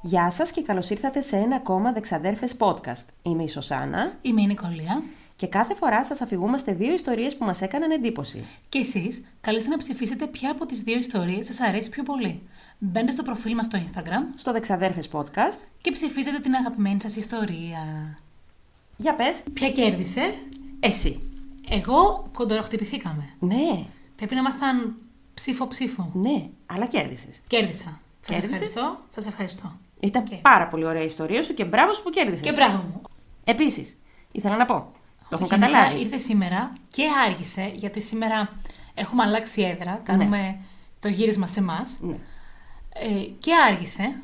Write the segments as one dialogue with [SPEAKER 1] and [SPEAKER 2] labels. [SPEAKER 1] Γεια σας και καλώς ήρθατε σε ένα ακόμα Δεξαδέρφες podcast. Είμαι η Σωσάνα
[SPEAKER 2] Είμαι η Νικολία
[SPEAKER 1] και κάθε φορά σας αφηγούμαστε δύο ιστορίες που μας έκαναν εντύπωση.
[SPEAKER 2] και εσείς καλείστε να ψηφίσετε ποια από τις δύο ιστορίες σας αρέσει πιο πολύ. Μπαίνετε στο προφίλ μας στο Instagram
[SPEAKER 1] Στο Δεξαδέρφες podcast,
[SPEAKER 2] και ψηφίζετε την αγαπημένη σας ιστορία.
[SPEAKER 1] για πες,
[SPEAKER 2] Ποια κέρδισε?
[SPEAKER 1] εσύ.
[SPEAKER 2] Εγώ κοντοροχτυπηθήκαμε.
[SPEAKER 1] Ναι,
[SPEAKER 2] Πρέπει να ήμασταν ψήφο-ψήφο.
[SPEAKER 1] ναι, αλλά κέρδισες.
[SPEAKER 2] Κέρδισα. Σας
[SPEAKER 1] Κέρδισες?
[SPEAKER 2] ευχαριστώ. Σας ευχαριστώ.
[SPEAKER 1] Ήταν
[SPEAKER 2] Και-
[SPEAKER 1] πάρα πολύ ωραία η ιστορία σου και μπράβο σου που κέρδισες.
[SPEAKER 2] Και μπράβο μου.
[SPEAKER 1] Επίσης, ήθελα να πω, το έχουν
[SPEAKER 2] Γενικά,
[SPEAKER 1] καταλάβει.
[SPEAKER 2] Ήρθε σήμερα και άργησε, γιατί σήμερα έχουμε αλλάξει έδρα, κάνουμε το γύρισμα σε εμάς.
[SPEAKER 1] Ναι.
[SPEAKER 2] Ε, και άργησε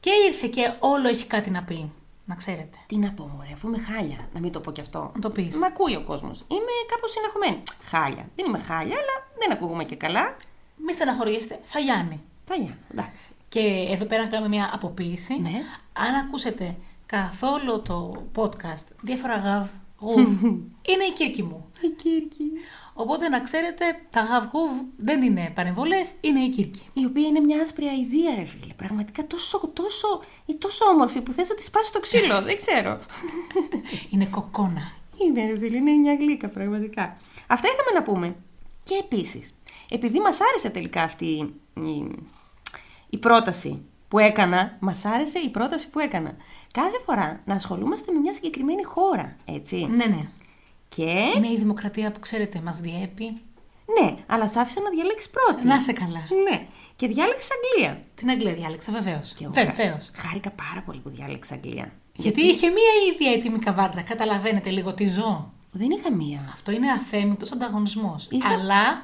[SPEAKER 2] και ήρθε και όλο έχει κάτι να πει, να ξέρετε.
[SPEAKER 1] Τι να πω, μωρέ, αφού είμαι χάλια, να μην το πω κι αυτό.
[SPEAKER 2] Να το πεις.
[SPEAKER 1] Μ' ακούει ο κόσμος. Είμαι κάπως συναχωμένη. Χάλια. Δεν είμαι χάλια, αλλά δεν ακούγομαι και καλά.
[SPEAKER 2] Μη στεναχωριέστε, θα γιάνει.
[SPEAKER 1] Τα γεια, εντάξει.
[SPEAKER 2] Και εδώ πέρα να κάνουμε μια αποποίηση.
[SPEAKER 1] Ναι.
[SPEAKER 2] Αν ακούσετε καθόλου το podcast, διάφορα γαβ, γουβ, είναι η κύρκη μου.
[SPEAKER 1] Η Κύρκη.
[SPEAKER 2] Οπότε να ξέρετε, τα γαβ, γουβ δεν είναι παρεμβολές, είναι η κύρκη.
[SPEAKER 1] Η οποία είναι μια άσπρη αηδία, ρε φίλε. Πραγματικά τόσο, τόσο, ή τόσο όμορφη που θες να τη σπάσει το ξύλο. Δεν ξέρω.
[SPEAKER 2] Είναι κοκόνα.
[SPEAKER 1] είναι, ρε φίλε, είναι μια γλύκα, πραγματικά. Αυτά είχαμε να πούμε. Και επίσης, επειδή μας άρεσε τελικά αυτή η, η, η πρόταση που έκανα, μας άρεσε η πρόταση που έκανα. Κάθε φορά να ασχολούμαστε με μια συγκεκριμένη χώρα, έτσι.
[SPEAKER 2] Ναι, ναι.
[SPEAKER 1] Και.
[SPEAKER 2] Είναι η δημοκρατία που ξέρετε, μας διέπει.
[SPEAKER 1] Ναι, αλλά σ' άφησα να διαλέξεις πρώτη.
[SPEAKER 2] Να σε καλά.
[SPEAKER 1] Ναι, και διάλεξες Αγγλία.
[SPEAKER 2] Την Αγγλία διάλεξα, βεβαίως.
[SPEAKER 1] Και εγώ
[SPEAKER 2] Βεβαίω.
[SPEAKER 1] χα- χάρηκα πάρα πολύ που διάλεξα Αγγλία.
[SPEAKER 2] Γιατί είχε μία ίδια έτοιμη καβάτζα. Καταλαβαίνετε λίγο τι ζω.
[SPEAKER 1] Δεν είχα μία.
[SPEAKER 2] Αυτό είναι αθέμητος ανταγωνισμός.
[SPEAKER 1] Είχα-
[SPEAKER 2] Αλλά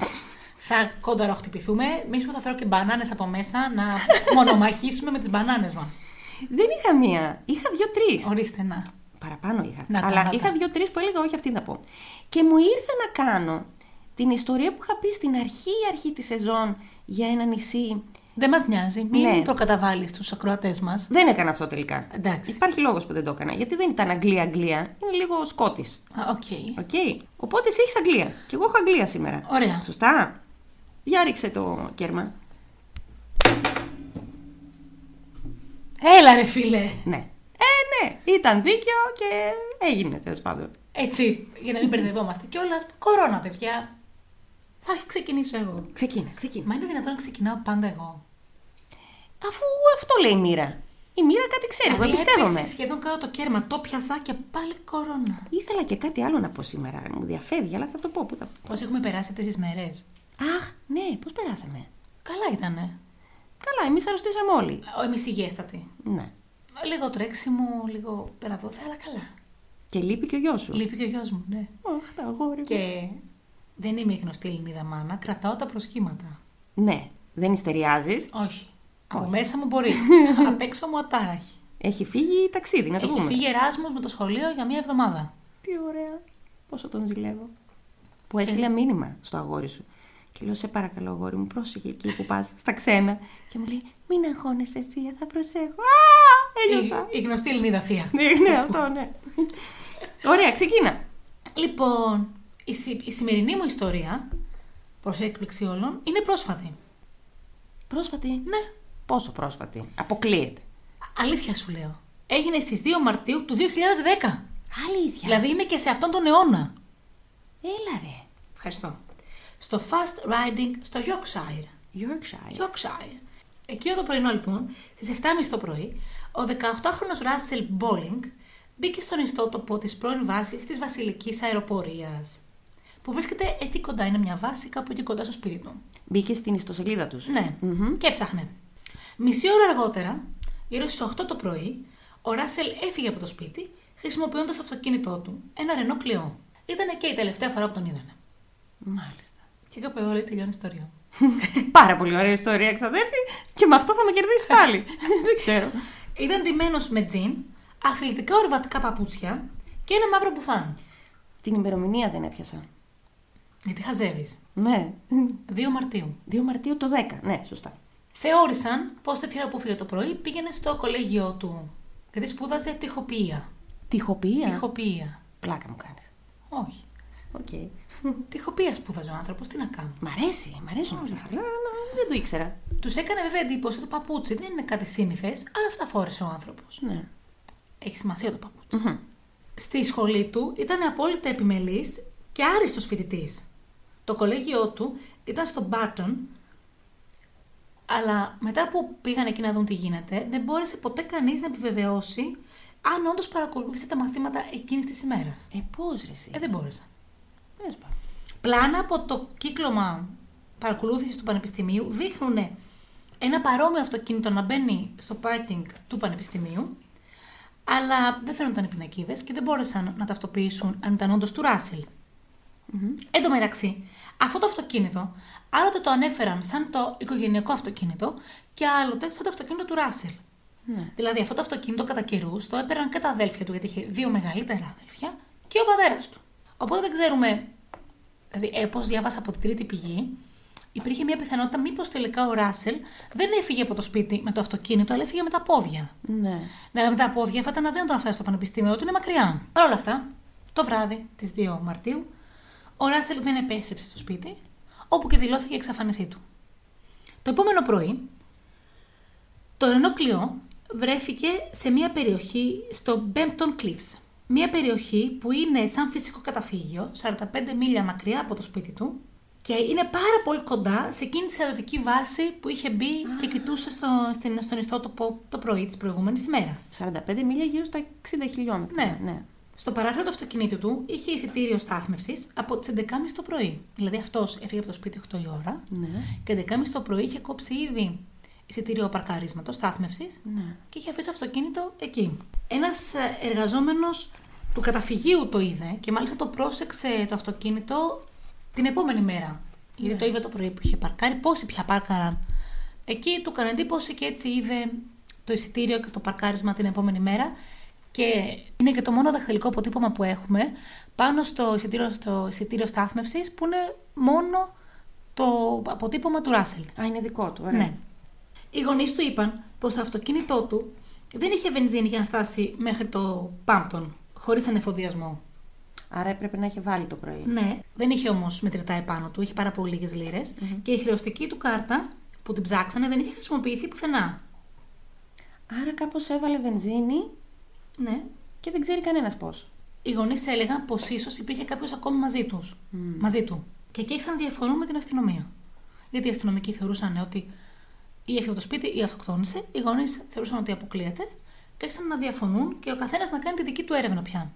[SPEAKER 2] θα κονταροχτυπηθούμε. Μη που θα φέρω και μπανάνες από μέσα να μονομαχήσουμε με τις μπανάνες μας.
[SPEAKER 1] Δεν είχα μία. Είχα δύο-τρει.
[SPEAKER 2] Ορίστε να.
[SPEAKER 1] Παραπάνω είχα.
[SPEAKER 2] Να τα,
[SPEAKER 1] Αλλά
[SPEAKER 2] να τα.
[SPEAKER 1] είχα δύο-τρει που έλεγα όχι αυτή θα πω. Και μου ήρθε να κάνω την ιστορία που είχα πει στην αρχή αρχή της σεζόν για ένα νησί.
[SPEAKER 2] Δεν μας νοιάζει. Μην
[SPEAKER 1] Ναι.
[SPEAKER 2] προκαταβάλεις τους ακροατές μας.
[SPEAKER 1] Δεν έκανα αυτό τελικά.
[SPEAKER 2] Εντάξει.
[SPEAKER 1] Υπάρχει λόγος που δεν το έκανα. Γιατί δεν ήταν Αγγλία-Αγγλία. Είναι λίγο Σκότης.
[SPEAKER 2] Α, Οκ.
[SPEAKER 1] Οκ. Οπότε εσύ έχεις Αγγλία. Και εγώ έχω Αγγλία σήμερα.
[SPEAKER 2] Ωραία.
[SPEAKER 1] Σωστά. Για ρίξε το κέρμα.
[SPEAKER 2] Έλα ρε φίλε.
[SPEAKER 1] Ναι. Ε, ναι. Ήταν δίκαιο και έγινε τέλος πάντων.
[SPEAKER 2] Έτσι, για να μην μπερδευόμαστε κιόλας. Κορώνα, παιδιά. Θα ξεκινήσω εγώ.
[SPEAKER 1] Ξεκίνα, ξεκίνα.
[SPEAKER 2] Μα είναι δυνατόν να ξεκινάω πάντα εγώ.
[SPEAKER 1] Αφού αυτό λέει η μοίρα. Η μοίρα κάτι ξέρει, Ναι, εγώ
[SPEAKER 2] Δηλαδή,
[SPEAKER 1] εμπιστεύομαι.
[SPEAKER 2] έπεσε σχεδόν κάτω το κέρμα, το πιάσα και πάλι κορώνα.
[SPEAKER 1] Ήθελα και κάτι άλλο να πω σήμερα. Μου διαφεύγει, αλλά θα το πω. Πού θα...
[SPEAKER 2] Πώ έχουμε περάσει αυτές τις μέρες.
[SPEAKER 1] Αχ, ναι, πώς περάσαμε.
[SPEAKER 2] Καλά ήτανε.
[SPEAKER 1] Καλά, εμείς αρρωστήσαμε όλοι.
[SPEAKER 2] Εμείς υγιέστατοι.
[SPEAKER 1] Ναι.
[SPEAKER 2] Λίγο τρέξιμο, λίγο περαδόθε, αλλά καλά.
[SPEAKER 1] Και λείπει και ο γιος σου.
[SPEAKER 2] Λείπει και ο γιος μου, ναι.
[SPEAKER 1] Αχ, τα αγόρι. μου.
[SPEAKER 2] Και δεν είμαι η γνωστή Ελληνίδα μάνα, κρατάω τα προσχήματα.
[SPEAKER 1] Ναι, δεν ιστεριάζεις.
[SPEAKER 2] Όχι. Από μέσα μου μπορεί. Απ' έξω μου ατάραχη.
[SPEAKER 1] Έχει φύγει η ταξίδι, να το
[SPEAKER 2] Έχει
[SPEAKER 1] πούμε.
[SPEAKER 2] φύγει Εράσμος με το σχολείο για μία εβδομάδα.
[SPEAKER 1] Τι ωραία. Πόσο τον ζηλεύω. Που έστειλε μήνυμα στο αγόρι σου. Και λέω, σε παρακαλώ, αγόρι μου, πρόσεχε εκεί που πας, στα ξένα. Και μου λέει, μην αγχώνεσαι, θεία, θα προσέχω. Α, έλειωσα.
[SPEAKER 2] Η, η γνωστή Ελληνίδα θεία.
[SPEAKER 1] ναι, ναι, αυτό, ναι. Ωραία, ξεκίνα.
[SPEAKER 2] Λοιπόν, η, συ- η σημερινή μου ιστορία, προς έκπληξη όλων, είναι πρόσφατη.
[SPEAKER 1] Πρόσφατη.
[SPEAKER 2] Ναι,
[SPEAKER 1] Πόσο πρόσφατη. Αποκλείεται.
[SPEAKER 2] α- αλήθεια σου λέω. Έγινε στις 2 Μαρτίου του 2010.
[SPEAKER 1] Αλήθεια.
[SPEAKER 2] Δηλαδή είμαι και σε αυτόν τον αιώνα.
[SPEAKER 1] Έλα ρε.
[SPEAKER 2] Ευχαριστώ. Στο fast riding στο Yorkshire.
[SPEAKER 1] Yorkshire.
[SPEAKER 2] Yorkshire. Εκείνο το πρωινό λοιπόν, στις 7.30 το πρωί, ο 18χρονος Ράσελ Μπόλινγκ μπήκε στον ιστότοπο της πρώην βάσης της Βασιλικής Αεροπορίας, που βρίσκεται εκεί κοντά, είναι μια βάση κάπου εκεί κοντά στο σπίτι του.
[SPEAKER 1] Μπήκε στην ιστοσελίδα τους.
[SPEAKER 2] Ναι,
[SPEAKER 1] Μμμ.
[SPEAKER 2] και έψαχνε. Μισή ώρα αργότερα, γύρω στις 8 το πρωί, ο Ράσελ έφυγε από το σπίτι χρησιμοποιώντας το αυτοκίνητό του, ένα ρενό κλειό. Ήταν και η τελευταία φορά που τον είδανε.
[SPEAKER 1] Μάλιστα.
[SPEAKER 2] Και κάπου εδώ λέει τελειώνει η ιστορία μου.
[SPEAKER 1] Πάρα πολύ ωραία ιστορία, ξαδέρφη. Και με αυτό θα με κερδίσει πάλι. Δεν ξέρω.
[SPEAKER 2] Ήταν ντυμένος με τζιν, αθλητικά ορβατικά παπούτσια και ένα μαύρο μπουφάν.
[SPEAKER 1] Την ημερομηνία δεν έπιασα.
[SPEAKER 2] Γιατί χαζεύεις.
[SPEAKER 1] Ναι.
[SPEAKER 2] 2 Μαρτίου.
[SPEAKER 1] 2 Μαρτίου το 10. Ναι, σωστά.
[SPEAKER 2] Θεώρησαν πως τέτοια ώρα που φύγε το πρωί πήγαινε στο κολέγιο του. Γιατί σπούδαζε τυχοποιία. Ναι.
[SPEAKER 1] Τυχοποιία.
[SPEAKER 2] Τυχοποιία.
[SPEAKER 1] Πλάκα μου κάνεις.
[SPEAKER 2] Όχι.
[SPEAKER 1] Οκ.
[SPEAKER 2] Τυχοποιία σπούδαζε ο άνθρωπος, τι να κάνω.
[SPEAKER 1] Μ' αρέσει, μ' αρέσουν αυτά. Αλλά, δεν το ήξερα.
[SPEAKER 2] Τους έκανε βέβαια εντύπωση το παπούτσι. Δεν είναι κάτι σύνηθες, αλλά αυτά φόρεσε ο άνθρωπος.
[SPEAKER 1] Ναι.
[SPEAKER 2] Έχει σημασία το παπούτσι.
[SPEAKER 1] Μμμ.
[SPEAKER 2] Στη σχολή του ήταν απόλυτα επιμελής και άριστος φοιτητής. Το κολέγιό του ήταν στο Μπάρτον, αλλά μετά που πήγαν εκεί να δουν τι γίνεται, δεν μπόρεσε ποτέ κανείς να επιβεβαιώσει αν όντως παρακολούθησε τα μαθήματα εκείνης της ημέρας.
[SPEAKER 1] Ε, πώς ρε. εσύ.
[SPEAKER 2] Ε, δεν μπόρεσαν.
[SPEAKER 1] Πες πάλι.
[SPEAKER 2] Πλάνα από το κύκλωμα παρακολούθησης του Πανεπιστημίου δείχνουν ένα παρόμοιο αυτοκίνητο να μπαίνει στο πάρκινγκ του Πανεπιστημίου, αλλά δεν φαίνονταν οι πινακίδες και δεν μπόρεσαν να ταυτοποιήσουν αν ήταν όντως του Ράσελ. Εν τω μεταξύ, αυτό το αυτοκίνητο άλλοτε το ανέφεραν σαν το οικογενειακό αυτοκίνητο και άλλοτε σαν το αυτοκίνητο του Ράσελ.
[SPEAKER 1] Ναι.
[SPEAKER 2] Δηλαδή, αυτό το αυτοκίνητο κατά καιρούς το έπαιρναν και τα αδέλφια του, γιατί είχε δύο μεγαλύτερα αδέλφια και ο πατέρας του. Οπότε δεν ξέρουμε. Δηλαδή, ε, πώς διάβασα από την τρίτη πηγή, υπήρχε μια πιθανότητα μήπως τελικά ο Ράσελ δεν έφυγε από το σπίτι με το αυτοκίνητο, αλλά έφυγε με τα πόδια.
[SPEAKER 1] Ναι.
[SPEAKER 2] Ναι, με τα πόδια θα ήταν αδύνατο να φτάσει στο πανεπιστήμιο, ότι είναι μακριά. Παρ' όλα αυτά, το βράδυ της 2 Μαρτίου, ο Ράσελ δεν επέστρεψε στο σπίτι, όπου και δηλώθηκε η εξαφάνισή του. Το επόμενο πρωί, το Ρενό Κλειό βρέθηκε σε μια περιοχή στο Bempton Cliffs. Μια περιοχή που είναι σαν φυσικό καταφύγιο, 45 μίλια μακριά από το σπίτι του και είναι πάρα πολύ κοντά σε εκείνη τη στρατιωτική βάση που είχε μπει και κοιτούσε στο, στην, στον ιστότοπο το πρωί της προηγούμενης ημέρας.
[SPEAKER 1] 45 μίλια γύρω στα 60 χιλιόμετρα.
[SPEAKER 2] Ναι.
[SPEAKER 1] ναι.
[SPEAKER 2] Στο παράθυρο του αυτοκινήτου του είχε εισιτήριο στάθμευσης από τις 11.30 το πρωί. Δηλαδή αυτός έφυγε από το σπίτι 8 η ώρα
[SPEAKER 1] Ναι.
[SPEAKER 2] και 11.30 το πρωί είχε κόψει ήδη εισιτήριο παρκαρίσματος στάθμευσης
[SPEAKER 1] Ναι.
[SPEAKER 2] και είχε αφήσει το αυτοκίνητο εκεί. Ένας εργαζόμενος του καταφυγίου το είδε και μάλιστα το πρόσεξε το αυτοκίνητο την επόμενη μέρα. Γιατί το είδε το πρωί που είχε παρκάρει, πόσοι πια πάρκαραν. Εκεί του έκανε εντύπωση και έτσι είδε το εισιτήριο και το παρκάρισμα την επόμενη μέρα. Και είναι και το μόνο δαχτυλικό αποτύπωμα που έχουμε πάνω στο εισιτήριο, στο εισιτήριο στάθμευσης που είναι μόνο το αποτύπωμα του Ράσελ.
[SPEAKER 1] Α, είναι δικό του, ωραία.
[SPEAKER 2] Ναι. Οι γονείς του είπαν πως το αυτοκίνητό του δεν είχε βενζίνη για να φτάσει μέχρι το Πάμπτον, χωρίς ανεφοδιασμό.
[SPEAKER 1] Άρα έπρεπε να έχει βάλει το πρωί.
[SPEAKER 2] Ναι, δεν είχε όμως μετρητά επάνω του, είχε πάρα πολύ λίγες και η χρεωστική του κάρτα που την ψάξανε δεν είχε χρησιμοποιηθεί πουθενά.
[SPEAKER 1] Άρα κάπως έβαλε βενζίνη
[SPEAKER 2] Ναι.
[SPEAKER 1] και δεν ξέρει κανένας πώς.
[SPEAKER 2] Οι γονείς έλεγαν πως ίσως υπήρχε κάποιος ακόμη μαζί, τους, μαζί του. Και εκεί άρχισαν να διαφωνούν με την αστυνομία. Γιατί οι αστυνομικοί θεωρούσαν ναι, ότι ή έφυγε από το σπίτι ή αυτοκτόνησε, οι γονείς θεωρούσαν ότι αποκλείεται και άρχισαν να διαφωνούν και ο καθένας να κάνει τη δική του έρευνα πια.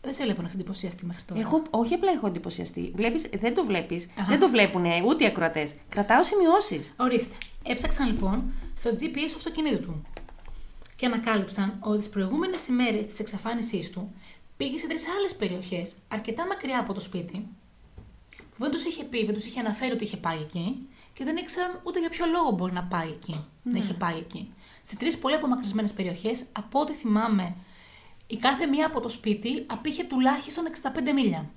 [SPEAKER 2] Δεν σε βλέπω να είσαι εντυπωσιαστή μέχρι τώρα.
[SPEAKER 1] Εγώ όχι απλά έχω εντυπωσιαστεί. Βλέπεις, δεν το βλέπεις,
[SPEAKER 2] Αχα.
[SPEAKER 1] δεν το βλέπουν ε, ούτε οι ακροατές. Κρατάω σημειώσεις.
[SPEAKER 2] Ορίστε. Έψαξαν λοιπόν στο GPS του αυτοκινήτου του και ανακάλυψαν ότι τις προηγούμενες ημέρες της εξαφάνισής του πήγε σε τρεις άλλες περιοχές, αρκετά μακριά από το σπίτι, που δεν τους είχε πει, δεν τους είχε αναφέρει ότι είχε πάει εκεί και δεν ήξεραν ούτε για ποιο λόγο μπορεί να πάει εκεί, να είχε πάει εκεί. Σε τρεις πολύ απομακρυσμένες περιοχές, από ό,τι θυμάμαι, η κάθε μία από το σπίτι απήχε τουλάχιστον 65 μίλια.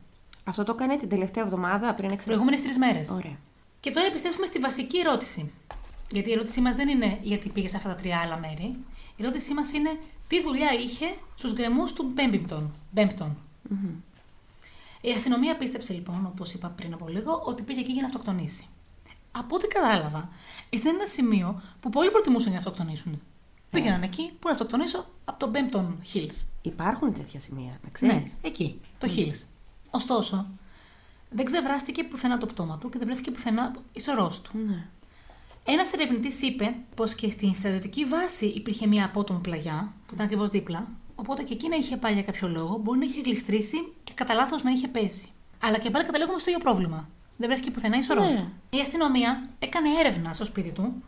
[SPEAKER 1] Αυτό το έκανε την τελευταία εβδομάδα πριν
[SPEAKER 2] Τις
[SPEAKER 1] έξω.
[SPEAKER 2] προηγούμενες τρεις μέρες.
[SPEAKER 1] Ωραία.
[SPEAKER 2] Και τώρα επιστρέφουμε στη βασική ερώτηση. Γιατί η ερώτησή μας δεν είναι γιατί πήγε σε αυτά τα τρία άλλα μέρη. Η ερώτησή μας είναι τι δουλειά είχε στους γκρεμούς του Μπέμπιμπτον. Μπέμπτον. Η αστυνομία πίστεψε λοιπόν, όπως είπα πριν από λίγο, ότι πήγε εκεί για να αυτοκτονήσει. Από ό,τι κατάλαβα, ήταν ένα σημείο που πολλοί προτιμούσαν να αυτοκτονήσουν. Πήγαιναν εκεί που να αυτοκτονήσω από το Bempton Hills.
[SPEAKER 1] Υπάρχουν τέτοια σημεία, να ξέρεις.
[SPEAKER 2] Ναι, εκεί, το Hills. Ωστόσο, δεν ξεβράστηκε πουθενά το πτώμα του και δεν βρέθηκε πουθενά ισορρός του.
[SPEAKER 1] Ναι.
[SPEAKER 2] Ένας ερευνητής είπε πως και στην στρατιωτική βάση υπήρχε μια απότομη πλαγιά, που ήταν ακριβώς δίπλα. Οπότε και εκεί να είχε πάει για κάποιο λόγο, μπορεί να είχε γλιστρήσει και κατά λάθος να είχε πέσει. Αλλά και πάλι καταλήγουμε στο ίδιο πρόβλημα. Δεν βρέθηκε πουθενά ισορρό
[SPEAKER 1] Ναι.
[SPEAKER 2] του. Η αστυνομία έκανε έρευνα στο σπίτι του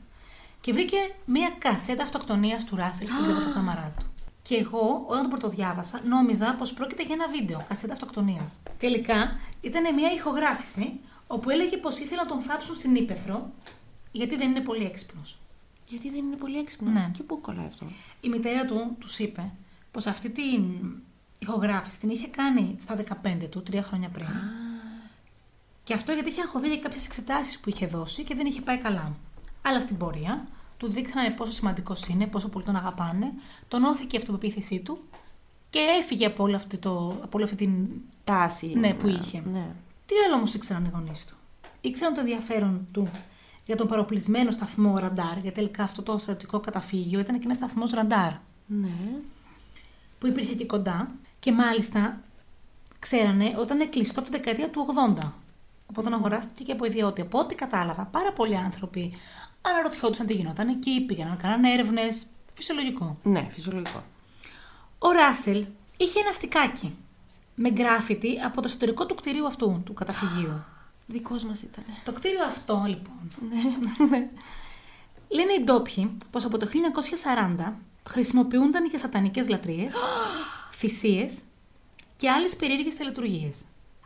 [SPEAKER 2] και βρήκε μια κασέτα αυτοκτονίας του Ράσελ στην κρεβατοκάμαρά του. Και εγώ, όταν το πρωτοδιάβασα, νόμιζα πως πρόκειται για ένα βίντεο, κασέτα αυτοκτονίας. Τελικά ήταν μια ηχογράφηση όπου έλεγε πως ήθελε να τον θάψουν στην ύπεθρο γιατί δεν είναι πολύ έξυπνος.
[SPEAKER 1] Γιατί δεν είναι πολύ έξυπνος.
[SPEAKER 2] Ναι.
[SPEAKER 1] Και πού κολλάει αυτό.
[SPEAKER 2] Η μητέρα του τους είπε πως αυτή την ηχογράφηση την είχε κάνει στα 15 του, τρία χρόνια πριν. Και αυτό γιατί είχε αγχωθεί για κάποιες εξετάσεις που είχε δώσει και δεν είχε πάει καλά. Αλλά στην πορεία του δείχνανε πόσο σημαντικός είναι, πόσο πολύ τον αγαπάνε, τονώθηκε η αυτοπεποίθησή του και έφυγε από όλη αυτή, το, από όλη αυτή την.
[SPEAKER 1] Τάση.
[SPEAKER 2] Ναι,
[SPEAKER 1] να-
[SPEAKER 2] που είχε.
[SPEAKER 1] Ναι.
[SPEAKER 2] Τι άλλο όμως ήξεραν οι γονείς του. ήξεραν το ενδιαφέρον του για τον παροπλισμένο σταθμό ραντάρ, γιατί τελικά αυτό το στρατιωτικό καταφύγιο ήταν και ένας σταθμός ραντάρ
[SPEAKER 1] Ναι.
[SPEAKER 2] που υπήρχε εκεί κοντά και μάλιστα ξέρανε όταν εκλειστό από τη δεκαετία του 80. Οπότε αγοράστηκε και από ιδιότητα. Από ό,τι κατάλαβα, πάρα πολλοί άνθρωποι αναρωτιόντουσαν τι γινόταν εκεί, πήγαιναν, κάνανε έρευνες. Φυσιολογικό.
[SPEAKER 1] Ναι, φυσιολογικό.
[SPEAKER 2] Ο Ράσελ είχε ένα στικάκι με γκράφιτι από το εσωτερικό του κτηρίου αυτού, του καταφυγίου.
[SPEAKER 1] Δικός μας ήταν.
[SPEAKER 2] το κτίριο αυτό, λοιπόν,
[SPEAKER 1] Ναι, ναι.
[SPEAKER 2] λένε οι ντόπιοι πως από το 1940 χρησιμοποιούνταν για σατανικές λατρείες, θυσίες και άλλες περίεργες τελετουργίες.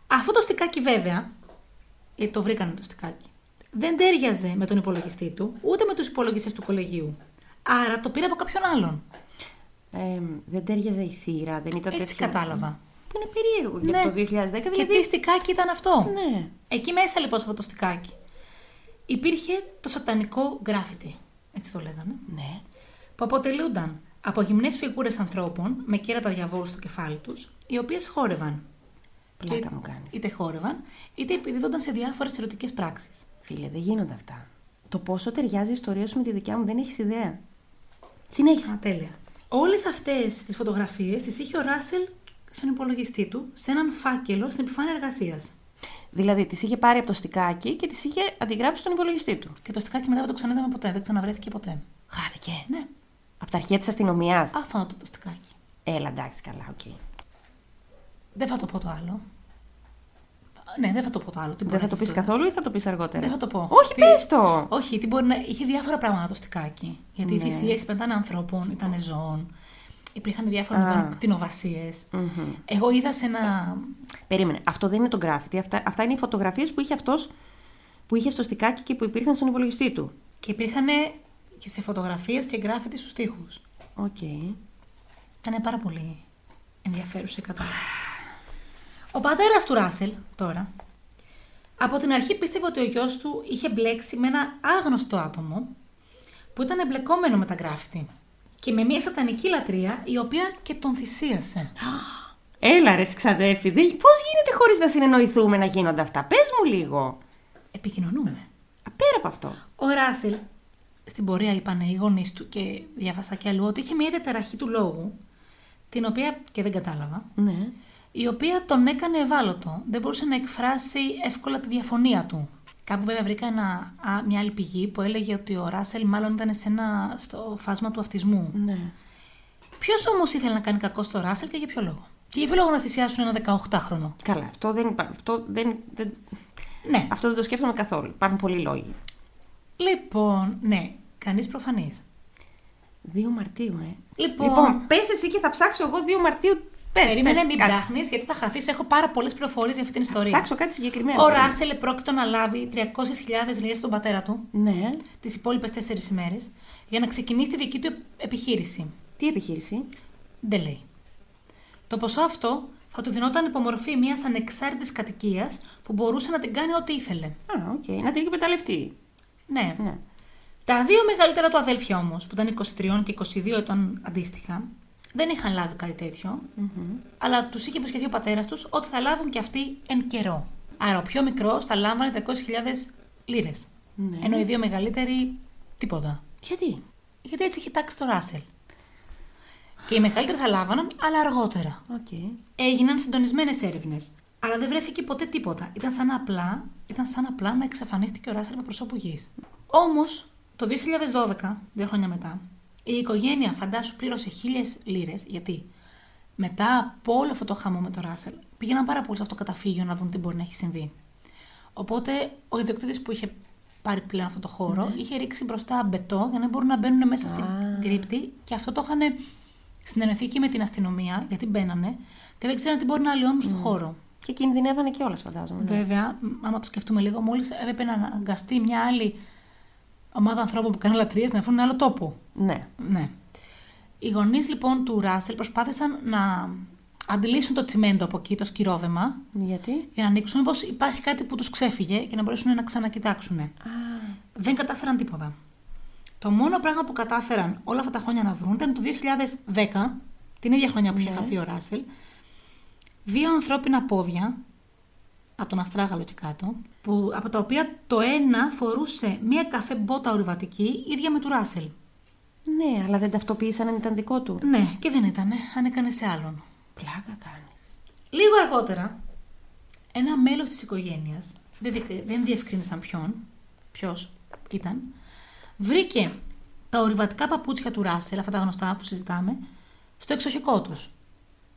[SPEAKER 2] Αυτό το στικάκι βέβαια, γιατί το βρήκανε το στικάκι, δεν τέριαζε με τον υπολογιστή του, ούτε με τους υπολογιστές του κολεγίου. Άρα το πήρε από κάποιον άλλον.
[SPEAKER 1] Ε, δεν τέριαζε η θύρα, δεν ήταν
[SPEAKER 2] Έτσι
[SPEAKER 1] τέτοιο.
[SPEAKER 2] κατάλαβα.
[SPEAKER 1] Που είναι περίεργο.
[SPEAKER 2] Ναι.
[SPEAKER 1] Και το 2010
[SPEAKER 2] Και
[SPEAKER 1] δηλαδή.
[SPEAKER 2] τι στικάκι ήταν αυτό.
[SPEAKER 1] Ναι.
[SPEAKER 2] Εκεί μέσα λοιπόν σε αυτό το στικάκι υπήρχε το σατανικό γκράφιτι. Έτσι το λέγανε.
[SPEAKER 1] Ναι.
[SPEAKER 2] που αποτελούνταν από γυμνές φιγούρες ανθρώπων με κέρατα διαβόλου στο κεφάλι τους, οι οποίες χόρευαν.
[SPEAKER 1] Πλάκα
[SPEAKER 2] Και
[SPEAKER 1] μου κάνεις.
[SPEAKER 2] Είτε χόρευαν, είτε επιδίδονταν σε διάφορες ερωτικές πράξεις.
[SPEAKER 1] Φίλε, δεν γίνονται αυτά. Το πόσο ταιριάζει η ιστορία σου με τη δικιά μου δεν έχεις ιδέα. Συνέχισε.
[SPEAKER 2] Α, τέλεια. Όλες αυτές τις φωτογραφίες τις είχε ο Ράσελ στον υπολογιστή του, σε έναν φάκελο στην επιφάνεια εργασίας.
[SPEAKER 1] Δηλαδή, τις είχε πάρει από το στικάκι και τις είχε αντιγράψει στον υπολογιστή του.
[SPEAKER 2] Και το στικάκι μετά δεν το ξαναείδαμε ποτέ, δεν ξαναβρέθηκε ποτέ.
[SPEAKER 1] Χάθηκε.
[SPEAKER 2] Ναι,
[SPEAKER 1] Από τα αρχεία της αστυνομίας.
[SPEAKER 2] άφανο το, το στικάκι.
[SPEAKER 1] Έλα, εντάξει, καλά, οκ.
[SPEAKER 2] Δεν θα το πω το άλλο. Ναι, δεν θα το πω το άλλο. τι μπορεί
[SPEAKER 1] Δεν θα
[SPEAKER 2] να
[SPEAKER 1] το πεις
[SPEAKER 2] πει.
[SPEAKER 1] καθόλου ή θα το πεις αργότερα.
[SPEAKER 2] Δεν θα το πω.
[SPEAKER 1] Όχι,
[SPEAKER 2] Τι-
[SPEAKER 1] πες το!
[SPEAKER 2] Όχι, τι μπορεί να. Είχε διάφορα πράγματα το στικάκι. Γιατί οι
[SPEAKER 1] Ναι.
[SPEAKER 2] θυσίες ήταν ανθρώπων, ήταν ζώων. Υπήρχαν διάφορα
[SPEAKER 1] Α.
[SPEAKER 2] μετά κτηνοβασίες.
[SPEAKER 1] Μμμ.
[SPEAKER 2] Εγώ είδα σε ένα.
[SPEAKER 1] Περίμενε. Αυτό δεν είναι το γκράφιτι. Αυτά, αυτά είναι οι φωτογραφίες που είχε αυτός που είχε στο στικάκι και που υπήρχαν στον υπολογιστή του.
[SPEAKER 2] και υπήρχαν και σε φωτογραφίες και γράφεται στου τοίχου.
[SPEAKER 1] Οκ.
[SPEAKER 2] Ήταν πάρα πολύ ενδιαφέρουσα η κατάσταση. Ο πατέρας του Ράσελ τώρα. Από την αρχή πίστευε ότι ο γιος του είχε μπλέξει με ένα άγνωστο άτομο που ήταν εμπλεκόμενο με τα γκράφιτι και με μια σατανική λατρεία η οποία και τον θυσίασε.
[SPEAKER 1] Έλα ρε ξαδέρφη, δε... πώς γίνεται χωρίς να συνεννοηθούμε να γίνονται αυτά, πες μου λίγο.
[SPEAKER 2] επικοινωνούμε.
[SPEAKER 1] Α, Πέρα από αυτό.
[SPEAKER 2] Ο Ράσελ, στην πορεία είπαν οι γονείς του και διάβασα και αλλού, ότι είχε μια διαταραχή του λόγου, την οποία και δεν κατάλαβα,
[SPEAKER 1] Ναι.
[SPEAKER 2] η οποία τον έκανε ευάλωτο. Δεν μπορούσε να εκφράσει εύκολα τη διαφωνία του. Κάπου βέβαια βρήκα ένα, α, μια άλλη πηγή που έλεγε ότι ο Ράσελ μάλλον ήταν σε ένα, στο φάσμα του αυτισμού.
[SPEAKER 1] Ναι.
[SPEAKER 2] Ποιος όμως ήθελε να κάνει κακό στο Ράσελ και για ποιο λόγο. Και για ποιο λόγο να θυσιάσουν ένα 18χρονο.
[SPEAKER 1] Καλά, αυτό δεν, υπά... αυτό δεν, δεν...
[SPEAKER 2] Ναι.
[SPEAKER 1] Αυτό δεν το σκέφτομαι καθόλου. Υπάρχουν πολλοί λόγοι.
[SPEAKER 2] Λοιπόν, ναι, κανείς προφανής.
[SPEAKER 1] 2 Μαρτίου, ε.
[SPEAKER 2] Λοιπόν,
[SPEAKER 1] λοιπόν πες εσύ και θα ψάξω εγώ 2 Μαρτίου. Πες,
[SPEAKER 2] Περίμενε,
[SPEAKER 1] πες,
[SPEAKER 2] μην
[SPEAKER 1] κάτι.
[SPEAKER 2] ψάχνεις, γιατί θα χαθείς. Έχω πάρα πολλές πληροφορίες για αυτή την ιστορία.
[SPEAKER 1] Ψάξω κάτι συγκεκριμένο.
[SPEAKER 2] Ο
[SPEAKER 1] Περίμενε.
[SPEAKER 2] Ράσελ πρόκειτο να λάβει 300.000 λίρες στον πατέρα του
[SPEAKER 1] Ναι.
[SPEAKER 2] τις υπόλοιπες 4 ημέρες για να ξεκινήσει τη δική του επιχείρηση.
[SPEAKER 1] Τι επιχείρηση.
[SPEAKER 2] Δεν λέει. Το ποσό αυτό θα του δινόταν υπό μορφή μιας ανεξάρτητης κατοικίας που μπορούσε να την κάνει ό,τι ήθελε.
[SPEAKER 1] Α, οκ. Να την εκμεταλλευτεί.
[SPEAKER 2] Ναι.
[SPEAKER 1] Ναι.
[SPEAKER 2] Τα δύο μεγαλύτερα του αδέλφια όμως, που ήταν 23 και 22 ετών αντίστοιχα, δεν είχαν λάβει κάτι τέτοιο, αλλά τους είχε υποσχεθεί ο πατέρας τους ότι θα λάβουν και αυτοί εν καιρό. Άρα ο πιο μικρός θα λάμβανε 300.000 λίρες.
[SPEAKER 1] Ναι.
[SPEAKER 2] Ενώ οι δύο μεγαλύτεροι τίποτα.
[SPEAKER 1] Γιατί.
[SPEAKER 2] Ε, Γιατί έτσι είχε τάξει το Ράσελ. Και οι μεγαλύτεροι θα λάβαναν, αλλά αργότερα.
[SPEAKER 1] Οκ.
[SPEAKER 2] Έγιναν συντονισμένες έρευνες. Αλλά δεν βρέθηκε ποτέ τίποτα. Ήταν σαν απλά, ήταν σαν απλά να εξαφανίστηκε ο Ράσελ με προσώπου γης. Όμως, το 2012, δύο χρόνια μετά, η οικογένεια φαντάσου πλήρωσε χίλιες λίρες. Γιατί μετά από όλο αυτό το χαμό με τον Ράσελ, πήγαιναν πάρα πολύ σε αυτό το καταφύγιο να δουν τι μπορεί να έχει συμβεί. Οπότε, ο ιδιοκτήτης που είχε πάρει πλέον αυτό το χώρο είχε ρίξει μπροστά μπετό για να μπορούν να μπαίνουν μέσα στην
[SPEAKER 1] Ναι. Α.
[SPEAKER 2] κρύπτη και αυτό το είχαν συνενωθεί και με την αστυνομία γιατί μπαίνανε και δεν ξέραν τι μπορεί να αλλοιώνουν στο χώρο.
[SPEAKER 1] Και κινδυνεύανε κιόλας, φαντάζομαι. ναι.
[SPEAKER 2] Βέβαια, μ, άμα το σκεφτούμε λίγο, μόλις έπρεπε να αναγκαστεί μια άλλη ομάδα ανθρώπων που κάνουν λατρείες να βρουν ένα άλλο τόπο.
[SPEAKER 1] Ναι.
[SPEAKER 2] Ναι. Οι γονείς λοιπόν του Ράσελ προσπάθησαν να αντιλήσουν το τσιμέντο από εκεί, το σκυρόβεμα,
[SPEAKER 1] Γιατί.
[SPEAKER 2] για να ανοίξουν πως υπάρχει κάτι που τους ξέφυγε και να μπορέσουν να ξανακοιτάξουν.
[SPEAKER 1] Α,
[SPEAKER 2] Δεν κατάφεραν τίποτα. Το μόνο πράγμα που κατάφεραν όλα αυτά τα χρόνια να βρουν ήταν το 2010, την ίδια χρονιά που είχε
[SPEAKER 1] Ναι.
[SPEAKER 2] χαθεί ο Ράσελ, δύο ανθρώπινα πόδια από τον Αστράγαλο και κάτω, που, από τα οποία το ένα φορούσε μία καφέ μπότα ορειβατική, ίδια με του Ράσελ.
[SPEAKER 1] Ναι, αλλά δεν ταυτοποίησαν αν ήταν δικό του.
[SPEAKER 2] Ναι, και δεν ήταν, αν έκανε σε άλλον.
[SPEAKER 1] Πλάκα κάνεις.
[SPEAKER 2] Λίγο αργότερα, ένα μέλος της οικογένειας, δεν, διεκ- δεν διευκρίνησαν ποιον, ποιος ήταν, βρήκε τα ορειβατικά παπούτσια του Ράσελ, αυτά τα γνωστά που συζητάμε, στο εξοχικό τους,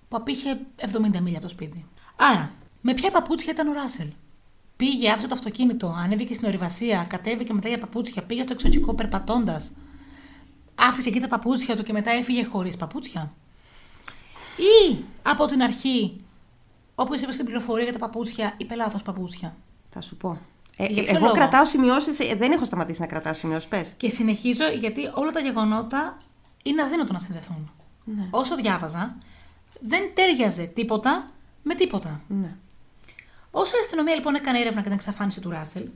[SPEAKER 2] που απήχε 70 μίλια από το σπίτι. Άρα, με ποια παπούτσια ήταν ο Ράσελ. Πήγε, άφησε το αυτοκίνητο, ανέβηκε στην ορειβασία, κατέβηκε μετά για παπούτσια, πήγε στο εξοχικό περπατώντας. Άφησε εκεί τα παπούτσια του και μετά έφυγε χωρίς παπούτσια. Ή από την αρχή, όποιο έβρισε την πληροφορία για τα παπούτσια, είπε λάθος παπούτσια.
[SPEAKER 1] Θα σου πω. Ε,
[SPEAKER 2] Για ποιο
[SPEAKER 1] εγώ
[SPEAKER 2] λόγο?
[SPEAKER 1] κρατάω σημειώσεις. δεν έχω σταματήσει να κρατάω σημειώσεις. Πες.
[SPEAKER 2] Και συνεχίζω γιατί όλα τα γεγονότα είναι αδύνατο να συνδεθούν.
[SPEAKER 1] Ναι.
[SPEAKER 2] Όσο διάβαζα, δεν τέριαζε τίποτα με τίποτα.
[SPEAKER 1] Ναι.
[SPEAKER 2] Όσο η αστυνομία λοιπόν έκανε έρευνα για την εξαφάνιση του Ράσελ,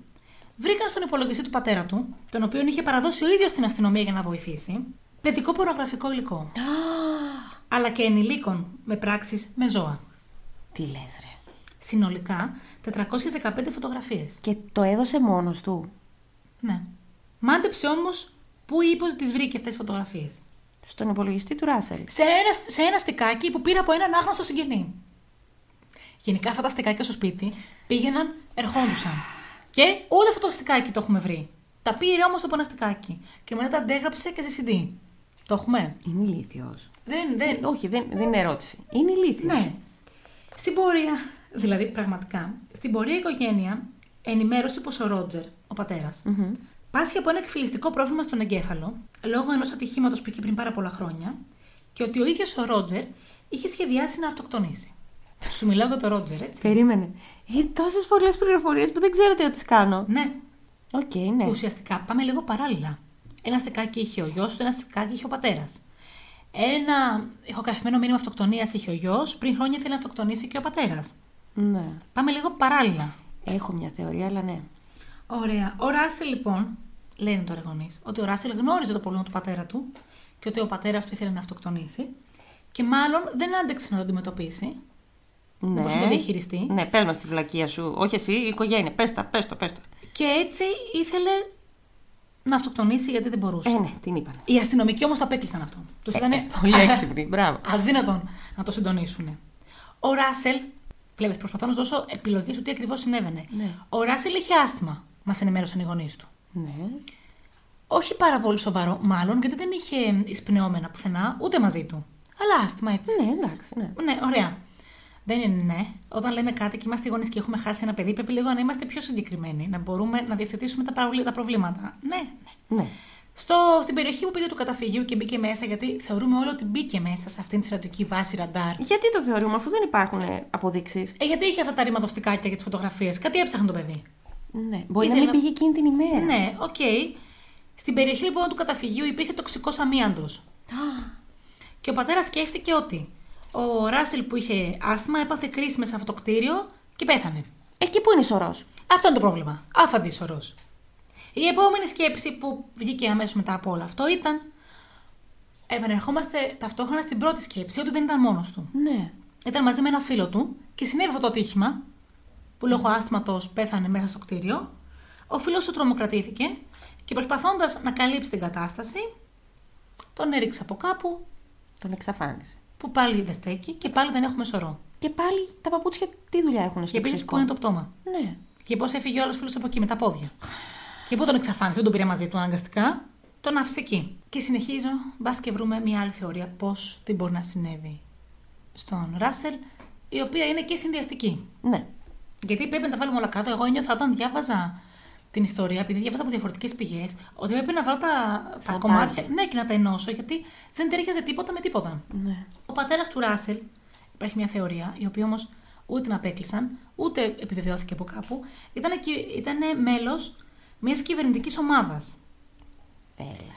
[SPEAKER 2] βρήκαν στον υπολογιστή του πατέρα του, τον οποίο είχε παραδώσει ο ίδιος στην αστυνομία για να βοηθήσει, παιδικό πορνογραφικό υλικό. αλλά και ενηλίκων με πράξεις με ζώα.
[SPEAKER 1] Τι λες, ρε.
[SPEAKER 2] Συνολικά 415 φωτογραφίες.
[SPEAKER 1] Και το έδωσε μόνος του.
[SPEAKER 2] Ναι. Μάντεψε όμως πού είπε ότι τις βρήκε αυτές τις φωτογραφίες.
[SPEAKER 1] Στον υπολογιστή του Ράσελ.
[SPEAKER 2] σε ένα, σε ένα στικάκι που πήρε από έναν άγνωστο συγγενή. Γενικά αυτά τα στικάκια στο σπίτι πήγαιναν, ερχόντουσαν. Και ούτε αυτό το στικάκι το έχουμε βρει. Τα πήρε όμως από ένα στικάκι. Και μετά τα αντέγραψε και σε CD. Το έχουμε.
[SPEAKER 1] Είναι ηλίθιος.
[SPEAKER 2] Δεν, δεν.
[SPEAKER 1] Όχι, δεν, δεν είναι ερώτηση. Είναι ηλίθιος.
[SPEAKER 2] Ναι. Στην πορεία, δηλαδή πραγματικά, στην πορεία η οικογένεια ενημέρωσε πως ο Ρότζερ, ο πατέρας,
[SPEAKER 1] Μμμ.
[SPEAKER 2] Πάσχει από ένα εκφυλιστικό πρόβλημα στον εγκέφαλο, λόγω ενός ατυχήματος που είχε πριν πάρα πολλά χρόνια, και ότι ο ίδιος ο Ρότζερ είχε σχεδιάσει να αυτοκτονήσει. Σου μιλάω για τον Ρότζερ, έτσι.
[SPEAKER 1] Περίμενε. Ε, Είναι τόσες πολλές πληροφορίες που δεν ξέρετε να τις κάνω.
[SPEAKER 2] Ναι,
[SPEAKER 1] Οκ, ναι.
[SPEAKER 2] ουσιαστικά πάμε λίγο παράλληλα. Ένα στεκάκι είχε ο γιος του, ένα στεκάκι είχε ο πατέρας. Ένα ηχογραφημένο μήνυμα αυτοκτονίας είχε ο γιος, πριν χρόνια ήθελε να αυτοκτονήσει και ο πατέρας.
[SPEAKER 1] ναι.
[SPEAKER 2] Πάμε λίγο παράλληλα.
[SPEAKER 1] Έχω μια θεωρία, αλλά ναι.
[SPEAKER 2] Ωραία. Ο Ράσελ λοιπόν, λένε τώρα οι γονείς, ότι ο Ράσελ γνώριζε το πρόβλημα του πατέρα του και ότι ο πατέρας του ήθελε να αυτοκτονήσει και μάλλον δεν άντεξε να το αντιμετωπίσει.
[SPEAKER 1] Ναι.
[SPEAKER 2] Μήπως το διαχειριστεί.
[SPEAKER 1] Ναι, πες μας τη βλακεία σου. Όχι εσύ, η οικογένεια. Πες τα, πες το, πες το.
[SPEAKER 2] Και έτσι ήθελε να αυτοκτονήσει γιατί δεν μπορούσε.
[SPEAKER 1] Ε, ναι, την είπαν.
[SPEAKER 2] Οι αστυνομικοί όμως το απέκλεισαν αυτό. Τους ήταν
[SPEAKER 1] Ε, πολύ έξυπνοι. Μπράβο.
[SPEAKER 2] αδύνατον να το συντονίσουν. Ο Ράσελ, βλέπετε, προσπαθώ να σου δώσω επιλογές του τι ακριβώς συνέβαινε.
[SPEAKER 1] Ναι.
[SPEAKER 2] Ο Ράσελ είχε άσθημα, μας ενημέρωσαν οι γονείς του.
[SPEAKER 1] Ναι.
[SPEAKER 2] Όχι πάρα πολύ σοβαρό, μάλλον γιατί δεν είχε εισπνεώμενα πουθενά ούτε μαζί του. Αλλά άσθημα έτσι.
[SPEAKER 1] Ναι, εντάξει, ναι.
[SPEAKER 2] Ναι, ωραία. Δεν είναι ναι. Όταν λέμε κάτι και είμαστε γονείς και έχουμε χάσει ένα παιδί, πρέπει λίγο να είμαστε πιο συγκεκριμένοι, να μπορούμε να διευθετήσουμε τα, παραβλη- τα προβλήματα. Ναι, ναι.
[SPEAKER 1] ναι.
[SPEAKER 2] Στο, στην περιοχή που πήγε του καταφυγίου και μπήκε μέσα, γιατί θεωρούμε όλοι ότι μπήκε μέσα σε αυτήν τη στρατιωτική βάση ραντάρ.
[SPEAKER 1] Γιατί το θεωρούμε, αφού δεν υπάρχουν αποδείξεις.
[SPEAKER 2] Ε, γιατί είχε αυτά τα ρηματοστικάκια και τις φωτογραφίες. Κάτι έψαχνε το παιδί.
[SPEAKER 1] Ναι. Μπορεί να
[SPEAKER 2] Ήθελα-
[SPEAKER 1] μην πήγε εκείνη την ημέρα.
[SPEAKER 2] Ναι, οκ. Στην περιοχή λοιπόν του καταφυγίου υπήρχε τοξικός αμίαντος. Και ο πατέρας σκέφτηκε ότι ο Ράσελ που είχε άσθημα έπαθε κρίση μέσα σε αυτό το κτίριο και πέθανε.
[SPEAKER 1] Εκεί που Ε, είναι σωρός.
[SPEAKER 2] Αυτό είναι το πρόβλημα. Άφαντη σωρός. Η επόμενη σκέψη που βγήκε αμέσως μετά από όλο αυτό ήταν. Επανερχόμαστε ταυτόχρονα στην πρώτη σκέψη ότι δεν ήταν μόνος του.
[SPEAKER 1] Ναι.
[SPEAKER 2] Ήταν μαζί με ένα φίλο του και συνέβη αυτό το ατύχημα που λόγω άσθηματος πέθανε μέσα στο κτίριο. Ο φίλος του τρομοκρατήθηκε και προσπαθώντας να καλύψει την κατάσταση, τον έριξε από κάπου
[SPEAKER 1] Τον εξαφάνισε.
[SPEAKER 2] που πάλι δεν στέκει και πάλι δεν έχουμε σωρό.
[SPEAKER 1] Και πάλι τα παπούτσια τι δουλειά έχουν
[SPEAKER 2] Και
[SPEAKER 1] στο
[SPEAKER 2] επίσης
[SPEAKER 1] ψυχικό.
[SPEAKER 2] πού είναι το πτώμα.
[SPEAKER 1] Ναι.
[SPEAKER 2] Και πώς έφυγε ο άλλο φίλος από εκεί με τα πόδια. Και πού τον εξαφάνισε, δεν τον πήρε μαζί του αναγκαστικά, τον άφησε εκεί. Και συνεχίζω, μπας και βρούμε μια άλλη θεωρία πώς τι μπορεί να συνέβη στον Ράσελ, η οποία είναι και συνδυαστική.
[SPEAKER 1] Ναι.
[SPEAKER 2] Γιατί πρέπει να τα βάλουμε όλα κάτω. Εγώ ένιωθα όταν διάβαζα την ιστορία, επειδή διάβαζα από διαφορετικές πηγές, ότι πρέπει να βάλω τα, τα
[SPEAKER 1] Σαν
[SPEAKER 2] κομμάτια. Ναι, και να τα ενώσω, γιατί δεν τέριαζε τίποτα με τίποτα.
[SPEAKER 1] ναι.
[SPEAKER 2] Ο πατέρας του Ράσελ, υπάρχει μια θεωρία, η οποία όμως ούτε την απέκλεισαν, ούτε επιβεβαιώθηκε από κάπου, ήταν, ήταν μέλος μιας κυβερνητικής ομάδας.
[SPEAKER 1] Έλα.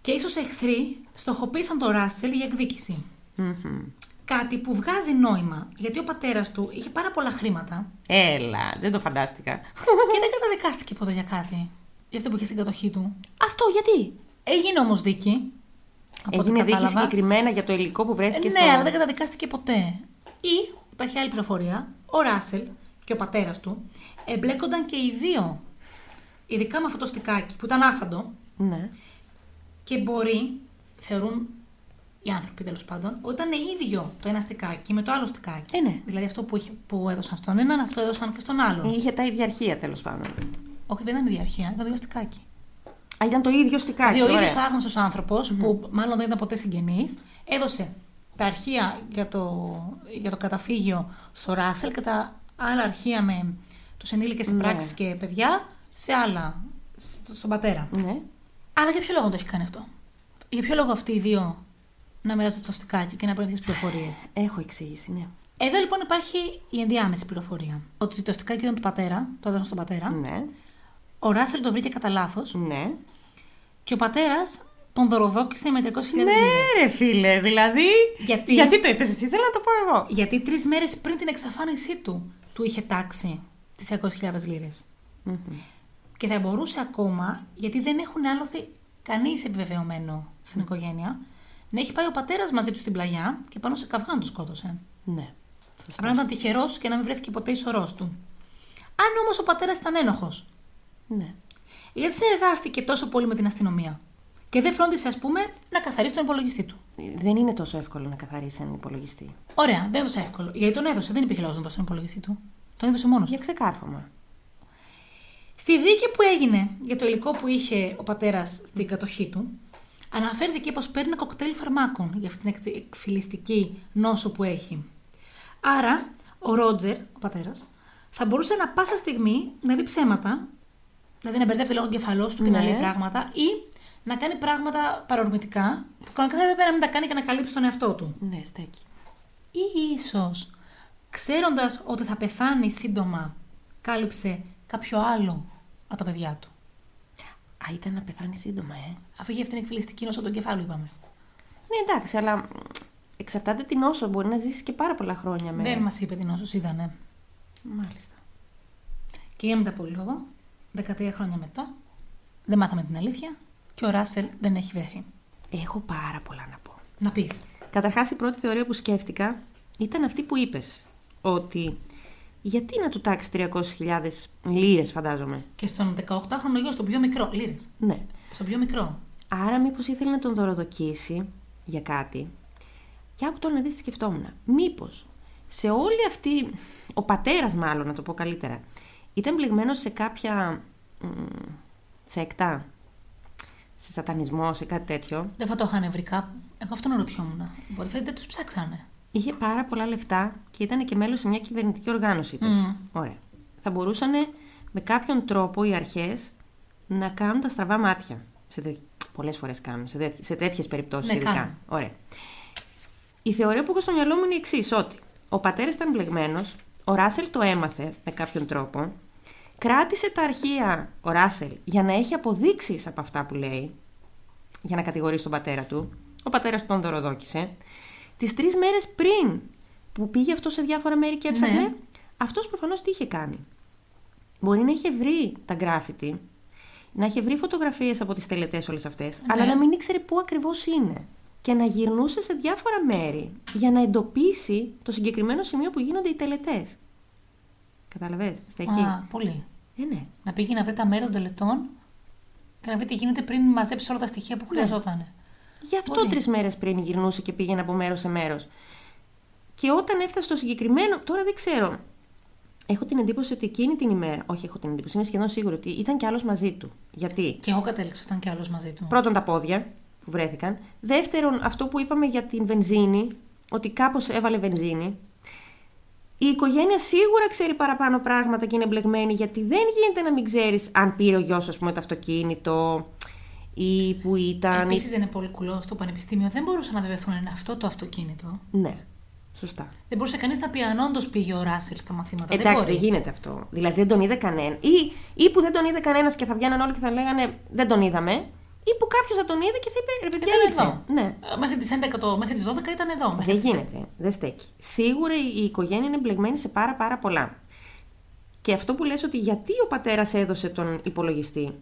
[SPEAKER 2] Και ίσως εχθροί στοχοποίησαν τον Ράσελ για εκδίκηση.
[SPEAKER 1] Μμμ.
[SPEAKER 2] Κάτι που βγάζει νόημα, γιατί ο πατέρας του είχε πάρα πολλά χρήματα
[SPEAKER 1] Έλα. Δεν το φαντάστηκα.
[SPEAKER 2] και δεν καταδικάστηκε ποτέ για κάτι. Γι' αυτό που είχε στην κατοχή του.
[SPEAKER 1] Αυτό γιατί.
[SPEAKER 2] Έγινε όμως δίκη. από ό,τι
[SPEAKER 1] Έγινε δίκη
[SPEAKER 2] κατάλαβα.
[SPEAKER 1] συγκεκριμένα για το υλικό που βρέθηκε
[SPEAKER 2] Ε,
[SPEAKER 1] στο...
[SPEAKER 2] Ναι, αλλά δεν καταδικάστηκε ποτέ. Ή υπάρχει άλλη πληροφορία. Ο Ράσελ και ο πατέρας του, εμπλέκονταν και οι δύο. Ειδικά με αυτό το στικάκι που ήταν άφαντο
[SPEAKER 1] Ναι.
[SPEAKER 2] και μπορεί, θεωρούν οι άνθρωποι τέλος πάντων, ότι ήταν ίδιο το ένα στικάκι με το άλλο στικάκι.
[SPEAKER 1] Ε, ναι. Ε.
[SPEAKER 2] Δηλαδή αυτό που, είχε, που έδωσαν στον έναν, αυτό έδωσαν και στον άλλον.
[SPEAKER 1] Είχε τα ίδια αρχεία τέλος πάντων.
[SPEAKER 2] Όχι, δεν ήταν η διαρχία, ήταν το ίδιο στικάκι.
[SPEAKER 1] Α, ήταν το ίδιο στικάκι.
[SPEAKER 2] Δηλαδή, ο
[SPEAKER 1] ωραία. Ναι.
[SPEAKER 2] ίδιος άγνωστος που μάλλον δεν ήταν ποτέ συγγενής, έδωσε τα αρχεία για το, για το καταφύγιο στο Ράσελ και τα άλλα αρχεία με τους ενήλικες σε
[SPEAKER 1] Ναι.
[SPEAKER 2] πράξεις και παιδιά σε άλλα, στο- στον πατέρα.
[SPEAKER 1] Ναι.
[SPEAKER 2] Αλλά για ποιο λόγο το έχει κάνει αυτό. Για ποιο λόγο αυτοί οι δύο να μοιράζονται το στικάκι και να παίρνουν τις πληροφορίες.
[SPEAKER 1] Έχω εξήγηση, ναι.
[SPEAKER 2] Εδώ λοιπόν υπάρχει η ενδιάμεση πληροφορία. Ότι το στικάκι ήταν του πατέρα, το έδωσαν στον πατέρα.
[SPEAKER 1] Ναι.
[SPEAKER 2] Ο Ράσελ το βρήκε κατά λάθος
[SPEAKER 1] Ναι.
[SPEAKER 2] και ο πατέρας τον δωροδόκησε με 300.000 λίρες.
[SPEAKER 1] Ναι, ρε φίλε, δηλαδή.
[SPEAKER 2] Γιατί?
[SPEAKER 1] το είπες εσύ, θέλω να το πω εγώ.
[SPEAKER 2] Γιατί τρεις μέρες πριν την εξαφάνισή του, του είχε τάξει τις 400.000 λίρες.
[SPEAKER 1] Μμμ.
[SPEAKER 2] Και θα μπορούσε ακόμα, γιατί δεν έχουν άλλοθε κανείς επιβεβαιωμένο στην οικογένεια, να έχει πάει ο πατέρας μαζί του στην πλαγιά και πάνω σε καυγά να τον σκότωσε.
[SPEAKER 1] Ναι.
[SPEAKER 2] Απλά να ήταν τυχερός και να μην βρέθηκε ποτέ ισορρό του. Αν όμως ο πατέρας ήταν ένοχος,
[SPEAKER 1] Ναι.
[SPEAKER 2] γιατί συνεργάστηκε τόσο πολύ με την αστυνομία και δεν φρόντισε, ας πούμε, να καθαρίσει τον υπολογιστή του.
[SPEAKER 1] Δεν είναι τόσο εύκολο να καθαρίσει έναν υπολογιστή.
[SPEAKER 2] Ωραία, δεν έδωσε εύκολο. Γιατί τον έδωσε, δεν υπήρχε λόγος να δώσει τον υπολογιστή του. Τον έδωσε μόνος
[SPEAKER 1] Για ξεκάρφωμα.
[SPEAKER 2] Στη δίκη που έγινε για το υλικό που είχε ο πατέρας στην κατοχή του, αναφέρθηκε πως παίρνει κοκτέιλ φαρμάκων για αυτή την εκτε- εκφυλιστική νόσο που έχει. Άρα, ο Ρότζερ, ο πατέρας, θα μπορούσε να πάσα στιγμή να πει ψέματα, δηλαδή να μπερδεύεται λόγω εγκεφαλός του και να
[SPEAKER 1] Ναι.
[SPEAKER 2] λέει πράγματα, ή να κάνει πράγματα παρορμητικά που κανονικά θα έπρεπε να μην τα κάνει και να καλύψει τον εαυτό του
[SPEAKER 1] Ναι, στέκει.
[SPEAKER 2] ή ίσως ξέροντας ότι θα πεθάνει σύντομα κάλυψε κάποιο άλλο από τα παιδιά του.
[SPEAKER 1] Α, ήταν να πεθάνει σύντομα, ε.
[SPEAKER 2] Αφού είχε αυτή την εκφυλιστική νόσο του κεφάλου, είπαμε.
[SPEAKER 1] Ναι, εντάξει, αλλά μ, εξαρτάται την όσο μπορεί να ζήσει και πάρα πολλά χρόνια με.
[SPEAKER 2] Δεν μας είπε την νόσος, είδανε.
[SPEAKER 1] Μάλιστα.
[SPEAKER 2] Και για μετά πολύ λόγο, 13 χρόνια μετά, δεν μάθαμε την αλήθεια και ο Ράσελ δεν έχει βρεθεί.
[SPEAKER 1] Έχω πάρα πολλά να πω.
[SPEAKER 2] Να πεις.
[SPEAKER 1] Καταρχάς, η πρώτη θεωρία που σκέφτηκα ήταν αυτή που είπες. Ότι γιατί να του τάξει 300.000 λίρες, φαντάζομαι.
[SPEAKER 2] Και στον 18χρονο γιο, στον πιο μικρό, λύρες,
[SPEAKER 1] Ναι.
[SPEAKER 2] στον πιο μικρό.
[SPEAKER 1] Άρα, μήπως ήθελε να τον δωροδοκίσει για κάτι. Και άκου τώρα να δεις τι σκεφτόμουν. Μήπως σε όλη αυτή. Ο πατέρας, μάλλον, να το πω καλύτερα, ήταν πληγμένο σε κάποια. μ, σε εκτά. Σε σατανισμό, σε κάτι τέτοιο.
[SPEAKER 2] Δεν θα το είχαν βρει κάπου. Εγώ αυτόν ρωτιόμουν. Οπότε φαίνεται τους ψάξανε.
[SPEAKER 1] Είχε πάρα πολλά λεφτά και ήταν και μέλος σε μια κυβερνητική οργάνωση, είπες.
[SPEAKER 2] Μμμ.
[SPEAKER 1] Ωραία. Θα μπορούσαν ε, με κάποιον τρόπο οι αρχές να κάνουν τα στραβά μάτια. Σε τέ... Πολλές φορές κάνουν, σε, τέ... σε τέτοιες περιπτώσεις
[SPEAKER 2] Ναι,
[SPEAKER 1] ειδικά.
[SPEAKER 2] κάνουν.
[SPEAKER 1] Ωραία. Η θεωρία που έχω στο μυαλό μου είναι η εξής: Ότι ο πατέρας ήταν μπλεγμένος, ο Ράσελ το έμαθε με κάποιον τρόπο, κράτησε τα αρχεία ο Ράσελ για να έχει αποδείξεις από αυτά που λέει, για να κατηγορήσει τον πατέρα του. Ο πατέρας τον δωροδόκησε. Τις τρεις μέρες πριν που πήγε αυτό σε διάφορα μέρη και έψαχνε,
[SPEAKER 2] Ναι.
[SPEAKER 1] αυτός προφανώς τι είχε κάνει. Μπορεί να είχε βρει τα γκράφιτι, να είχε βρει φωτογραφίες από τις τελετές όλες αυτές,
[SPEAKER 2] Ναι.
[SPEAKER 1] αλλά να μην ήξερε πού ακριβώς είναι. Και να γυρνούσε σε διάφορα μέρη για να εντοπίσει το συγκεκριμένο σημείο που γίνονται οι τελετές. Καταλαβες, στα εκεί.
[SPEAKER 2] Α, πολύ.
[SPEAKER 1] Ε, ναι.
[SPEAKER 2] Να πήγε να βρει τα μέρη των τελετών και να βρει τι γίνεται πριν μαζέψει όλα τα στοιχεία που χρειαζόταν.
[SPEAKER 1] Γι' αυτό
[SPEAKER 2] Πολύ.
[SPEAKER 1] τρεις μέρες πριν γυρνούσε και πήγαινε από μέρος σε μέρος. Και όταν έφτασε στο συγκεκριμένο. Τώρα δεν ξέρω. Έχω την εντύπωση ότι εκείνη την ημέρα. Όχι, έχω την εντύπωση. Είμαι σχεδόν σίγουρη ότι ήταν κι άλλος μαζί του. Γιατί.
[SPEAKER 2] Και εγώ κατέληξα όταν κι άλλος μαζί του.
[SPEAKER 1] Πρώτον, τα πόδια που βρέθηκαν. Δεύτερον, αυτό που είπαμε για την βενζίνη. Ότι κάπως έβαλε βενζίνη. Η οικογένεια σίγουρα ξέρει παραπάνω πράγματα και είναι μπλεγμένη, γιατί δεν γίνεται να μην ξέρεις αν πήρε ο γιος, ας πούμε, το αυτοκίνητο ή που ήταν.
[SPEAKER 2] Επίσης δεν είναι πολύ κουλό στο πανεπιστήμιο. Δεν μπορούσαν να βεβαιωθούν αν είναι αυτό το αυτοκίνητο.
[SPEAKER 1] Ναι, σωστά.
[SPEAKER 2] Δεν μπορούσε κανείς να πει αν όντως πήγε ο Ράσελ στα μαθήματα.
[SPEAKER 1] Εντάξει,
[SPEAKER 2] δεν
[SPEAKER 1] δεν
[SPEAKER 2] μπορεί.
[SPEAKER 1] γίνεται αυτό. Δηλαδή δεν τον είδε κανένα. Ή, ή που δεν τον είδε κανένας και θα βγαίναν όλοι και θα λέγανε Δεν τον είδαμε. Ή που κάποιος θα τον είδε και θα είπε Ρε παιδιά,
[SPEAKER 2] Ήταν
[SPEAKER 1] ήρθε».
[SPEAKER 2] εδώ.
[SPEAKER 1] Ναι.
[SPEAKER 2] Ε, Μέχρι τις 11, το- μέχρι τις 12 ήταν εδώ. Μέχρι
[SPEAKER 1] Δεν
[SPEAKER 2] τις-
[SPEAKER 1] γίνεται. Δεν στέκει. Σίγουρα η οικογένεια είναι μπλεγμένη σε πάρα πάρα πολλά. Και αυτό που λες ότι γιατί ο πατέρας έδωσε τον υπολογιστή.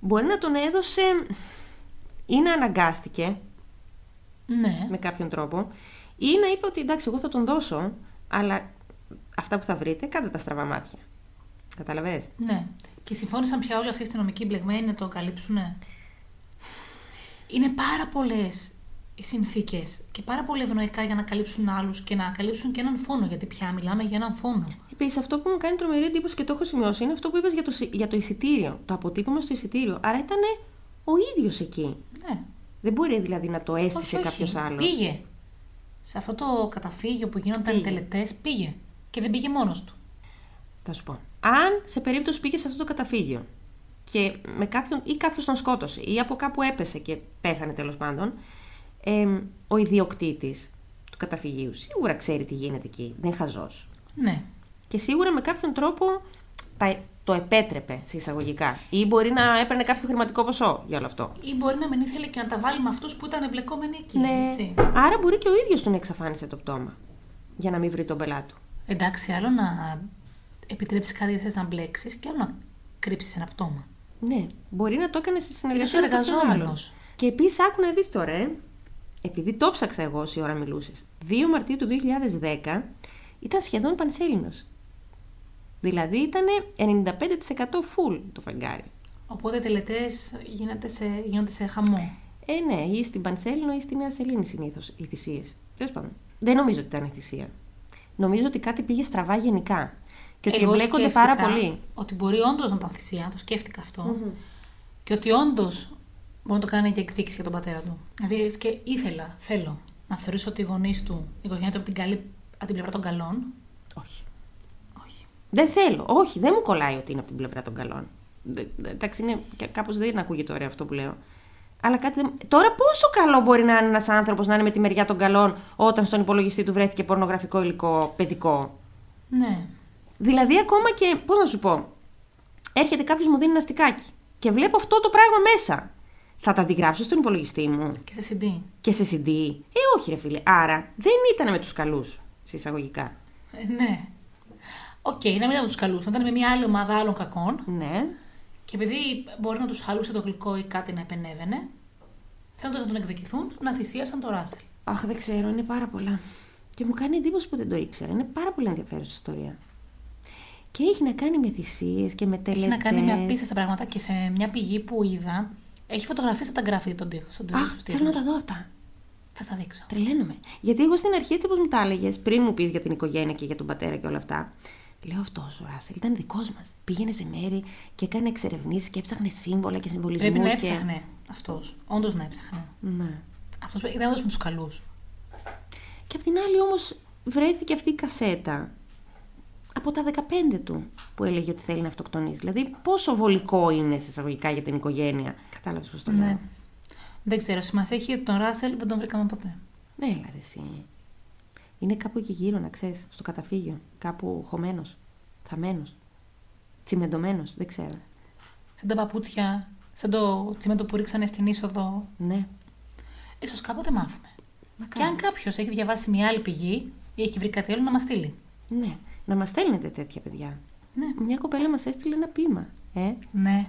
[SPEAKER 1] Μπορεί να τον έδωσε ή να αναγκάστηκε
[SPEAKER 2] Ναι. Ε.
[SPEAKER 1] με κάποιον τρόπο ή να είπε ότι εντάξει εγώ θα τον δώσω αλλά αυτά που θα βρείτε, κάντε τα στραβά μάτια. Καταλαβες.
[SPEAKER 2] Ναι. Και συμφώνησαν πια όλοι αυτοί οι αστυνομικοί μπλεγμένοι να το καλύψουνε. Είναι πάρα πολλές οι συνθήκες και πάρα πολύ ευνοϊκά για να καλύψουν άλλους και να καλύψουν και έναν φόνο. Γιατί πια μιλάμε για έναν φόνο.
[SPEAKER 1] Επίσης, αυτό που μου κάνει τρομερή εντύπωση και το έχω σημειώσει είναι αυτό που είπες για, το σι- για το εισιτήριο. Το αποτύπωμα στο εισιτήριο. Άρα ήταν ο ίδιος εκεί.
[SPEAKER 2] Ναι.
[SPEAKER 1] Δεν μπορεί δηλαδή να το
[SPEAKER 2] Όχι,
[SPEAKER 1] αίσθησε
[SPEAKER 2] όχι.
[SPEAKER 1] κάποιος άλλος.
[SPEAKER 2] Πήγε. Σε αυτό το καταφύγιο που γίνονταν οι
[SPEAKER 1] Πήγε.
[SPEAKER 2] τελετές, πήγε. Και δεν πήγε μόνος του.
[SPEAKER 1] Θα σου πω. Αν σε περίπτωση πήγε σε αυτό το καταφύγιο και με κάποιον ή κάποιος τον σκότωσε ή από κάπου έπεσε και πέθανε τέλος πάντων, εμ, ο ιδιοκτήτης του καταφυγίου σίγουρα ξέρει τι γίνεται εκεί. Δεν είναι χαζός.
[SPEAKER 2] Ναι.
[SPEAKER 1] Και σίγουρα με κάποιον τρόπο τα- το επέτρεπε σε εισαγωγικά. Ή μπορεί να έπαιρνε κάποιο χρηματικό ποσό για όλο αυτό.
[SPEAKER 2] Ή μπορεί να μην ήθελε και να τα βάλει με αυτούς που ήταν εμπλεκόμενοι εκεί. Ναι. Έτσι.
[SPEAKER 1] Ναι. Άρα μπορεί και ο ίδιος του να εξαφάνισε το πτώμα. Για να μην βρει τον πελάτη. του.
[SPEAKER 2] Εντάξει, άλλο να επιτρέψει κάτι θες να μπλέξεις και άλλο να κρύψεις ένα πτώμα.
[SPEAKER 1] Ναι, μπορεί να το έκανε σε συνεργασία
[SPEAKER 2] Ίσως
[SPEAKER 1] με κάποιον
[SPEAKER 2] εργαζόμενος.
[SPEAKER 1] άλλον. Και επίσης άκου να δεις τώρα, ε. επειδή το ψάξα εγώ όση ώρα μιλούσες. 2 Μαρτίου του 2010 ήταν σχεδόν πανσέλινος. Δηλαδή ήταν 95% full το φεγγάρι.
[SPEAKER 2] Οπότε οι τελετές γίνονται σε, γίνονται σε χαμό.
[SPEAKER 1] Ε, ναι, ή στην Πανσέλινο ή στη Νέα Σελήνη συνήθως οι θυσίες. Τέλος πάντων. Δεν νομίζω ότι ήταν η θυσία. Νομίζω ότι κάτι πήγε στραβά γενικά. Και ότι
[SPEAKER 2] Εγώ
[SPEAKER 1] εμπλέκονται
[SPEAKER 2] σκέφτηκα
[SPEAKER 1] πάρα πολύ.
[SPEAKER 2] Ότι μπορεί όντως να ήταν θυσία, το σκέφτηκα αυτό. Και ότι όντως μπορεί να το κάνει και εκδίκηση για τον πατέρα του. Δηλαδή και ήθελα, θέλω να θεωρήσω ότι οι γονείς του, η οικογένεια του από την, καλή, από την πλευρά των καλών.
[SPEAKER 1] Όχι.
[SPEAKER 2] Όχι.
[SPEAKER 1] Δεν θέλω. Όχι, δεν μου κολλάει ότι είναι από την πλευρά των καλών. Δε- δε- Εντάξει, είναι, κάπως δεν ακούγεται ωραίο αυτό που λέω. Αλλά κάτι δεν... Τώρα πόσο καλό μπορεί να είναι ένας άνθρωπος να είναι με τη μεριά των καλών όταν στον υπολογιστή του βρέθηκε πορνογραφικό υλικό παιδικό.
[SPEAKER 2] Ναι.
[SPEAKER 1] Δηλαδή, ακόμα και. Πώς να σου πω. Έρχεται κάποιος μου δίνει ένα στικάκι και βλέπω αυτό το πράγμα μέσα. Θα τα αντιγράψω στον υπολογιστή μου
[SPEAKER 2] Και σε CD.
[SPEAKER 1] και σε CD. Ε, όχι, ρε φίλε. Άρα δεν ήταν με τους καλούς, συσσαγωγικά.
[SPEAKER 2] Ε, ναι. Οκ, να μην ήταν με τους καλούς, να ήταν με μια άλλη ομάδα άλλων κακών.
[SPEAKER 1] Ναι.
[SPEAKER 2] Και επειδή μπορεί να τους χαλούσε το γλυκό ή κάτι να επενέβαινε, θέλοντα να τον εκδικηθούν, να θυσίασαν τον Ράσελ.
[SPEAKER 1] Αχ, δεν ξέρω, είναι πάρα πολλά. Και μου κάνει εντύπωση που δεν το ήξερα. Είναι πάρα πολύ ενδιαφέρουσα ιστορία. Και έχει να κάνει με θυσίες και με τελετέ.
[SPEAKER 2] Έχει να κάνει μια απίστευτα πράγματα και σε μια πηγή που είδα. Έχει φωτογραφίε από τα γκράφη των τείχων. Στον τοίχο,
[SPEAKER 1] Αχ,
[SPEAKER 2] στους
[SPEAKER 1] θέλω να
[SPEAKER 2] τοίχους.
[SPEAKER 1] τα δω αυτά.
[SPEAKER 2] Θα στα δείξω.
[SPEAKER 1] Τρελαίνομαι. Γιατί εγώ στην αρχή, έτσι όπως μου τα έλεγες, πριν μου πεις για την οικογένεια και για τον πατέρα και όλα αυτά, λέω αυτός ο Ράσελ ήταν δικός μας. Πήγαινε σε μέρη και έκανε εξερευνήσεις και έψαχνε σύμβολα και συμβολισμούς.
[SPEAKER 2] Πρέπει να
[SPEAKER 1] Και...
[SPEAKER 2] έψαχνε αυτός. Όντως να έψαχνε.
[SPEAKER 1] Ναι.
[SPEAKER 2] Αυτός ήταν να δώσουμε τους καλούς.
[SPEAKER 1] Και απ' την άλλη όμως βρέθηκε αυτή η κασέτα από τα 15 του που έλεγε ότι θέλει να αυτοκτονήσει. Δηλαδή πόσο βολικό είναι σε εισαγωγικά για την οικογένεια. Κατάλαβες πώς το λέω.
[SPEAKER 2] Ναι. Δεν ξέρω, σημασία έχει ότι τον Ράσελ δεν τον βρήκαμε ποτέ.
[SPEAKER 1] Ναι, έλα ρε εσύ. Είναι κάπου εκεί γύρω, να ξέρεις, στο καταφύγιο. Κάπου χωμένος, θαμένος, τσιμεντωμένος, δεν ξέρω.
[SPEAKER 2] Σαν τα παπούτσια, σαν το τσιμέντο που ρίξανε στην είσοδο.
[SPEAKER 1] Ναι.
[SPEAKER 2] σω κάποτε μάθουμε. Και
[SPEAKER 1] Μακάρι.
[SPEAKER 2] αν κάποιος έχει διαβάσει μια άλλη πηγή ή έχει βρει κάτι άλλο να μας στείλει.
[SPEAKER 1] Ναι. Να μας στέλνετε τέτοια παιδιά.
[SPEAKER 2] Ναι.
[SPEAKER 1] Μια κοπέλα μας έστειλε ένα πείμα. Ε,
[SPEAKER 2] Ναι.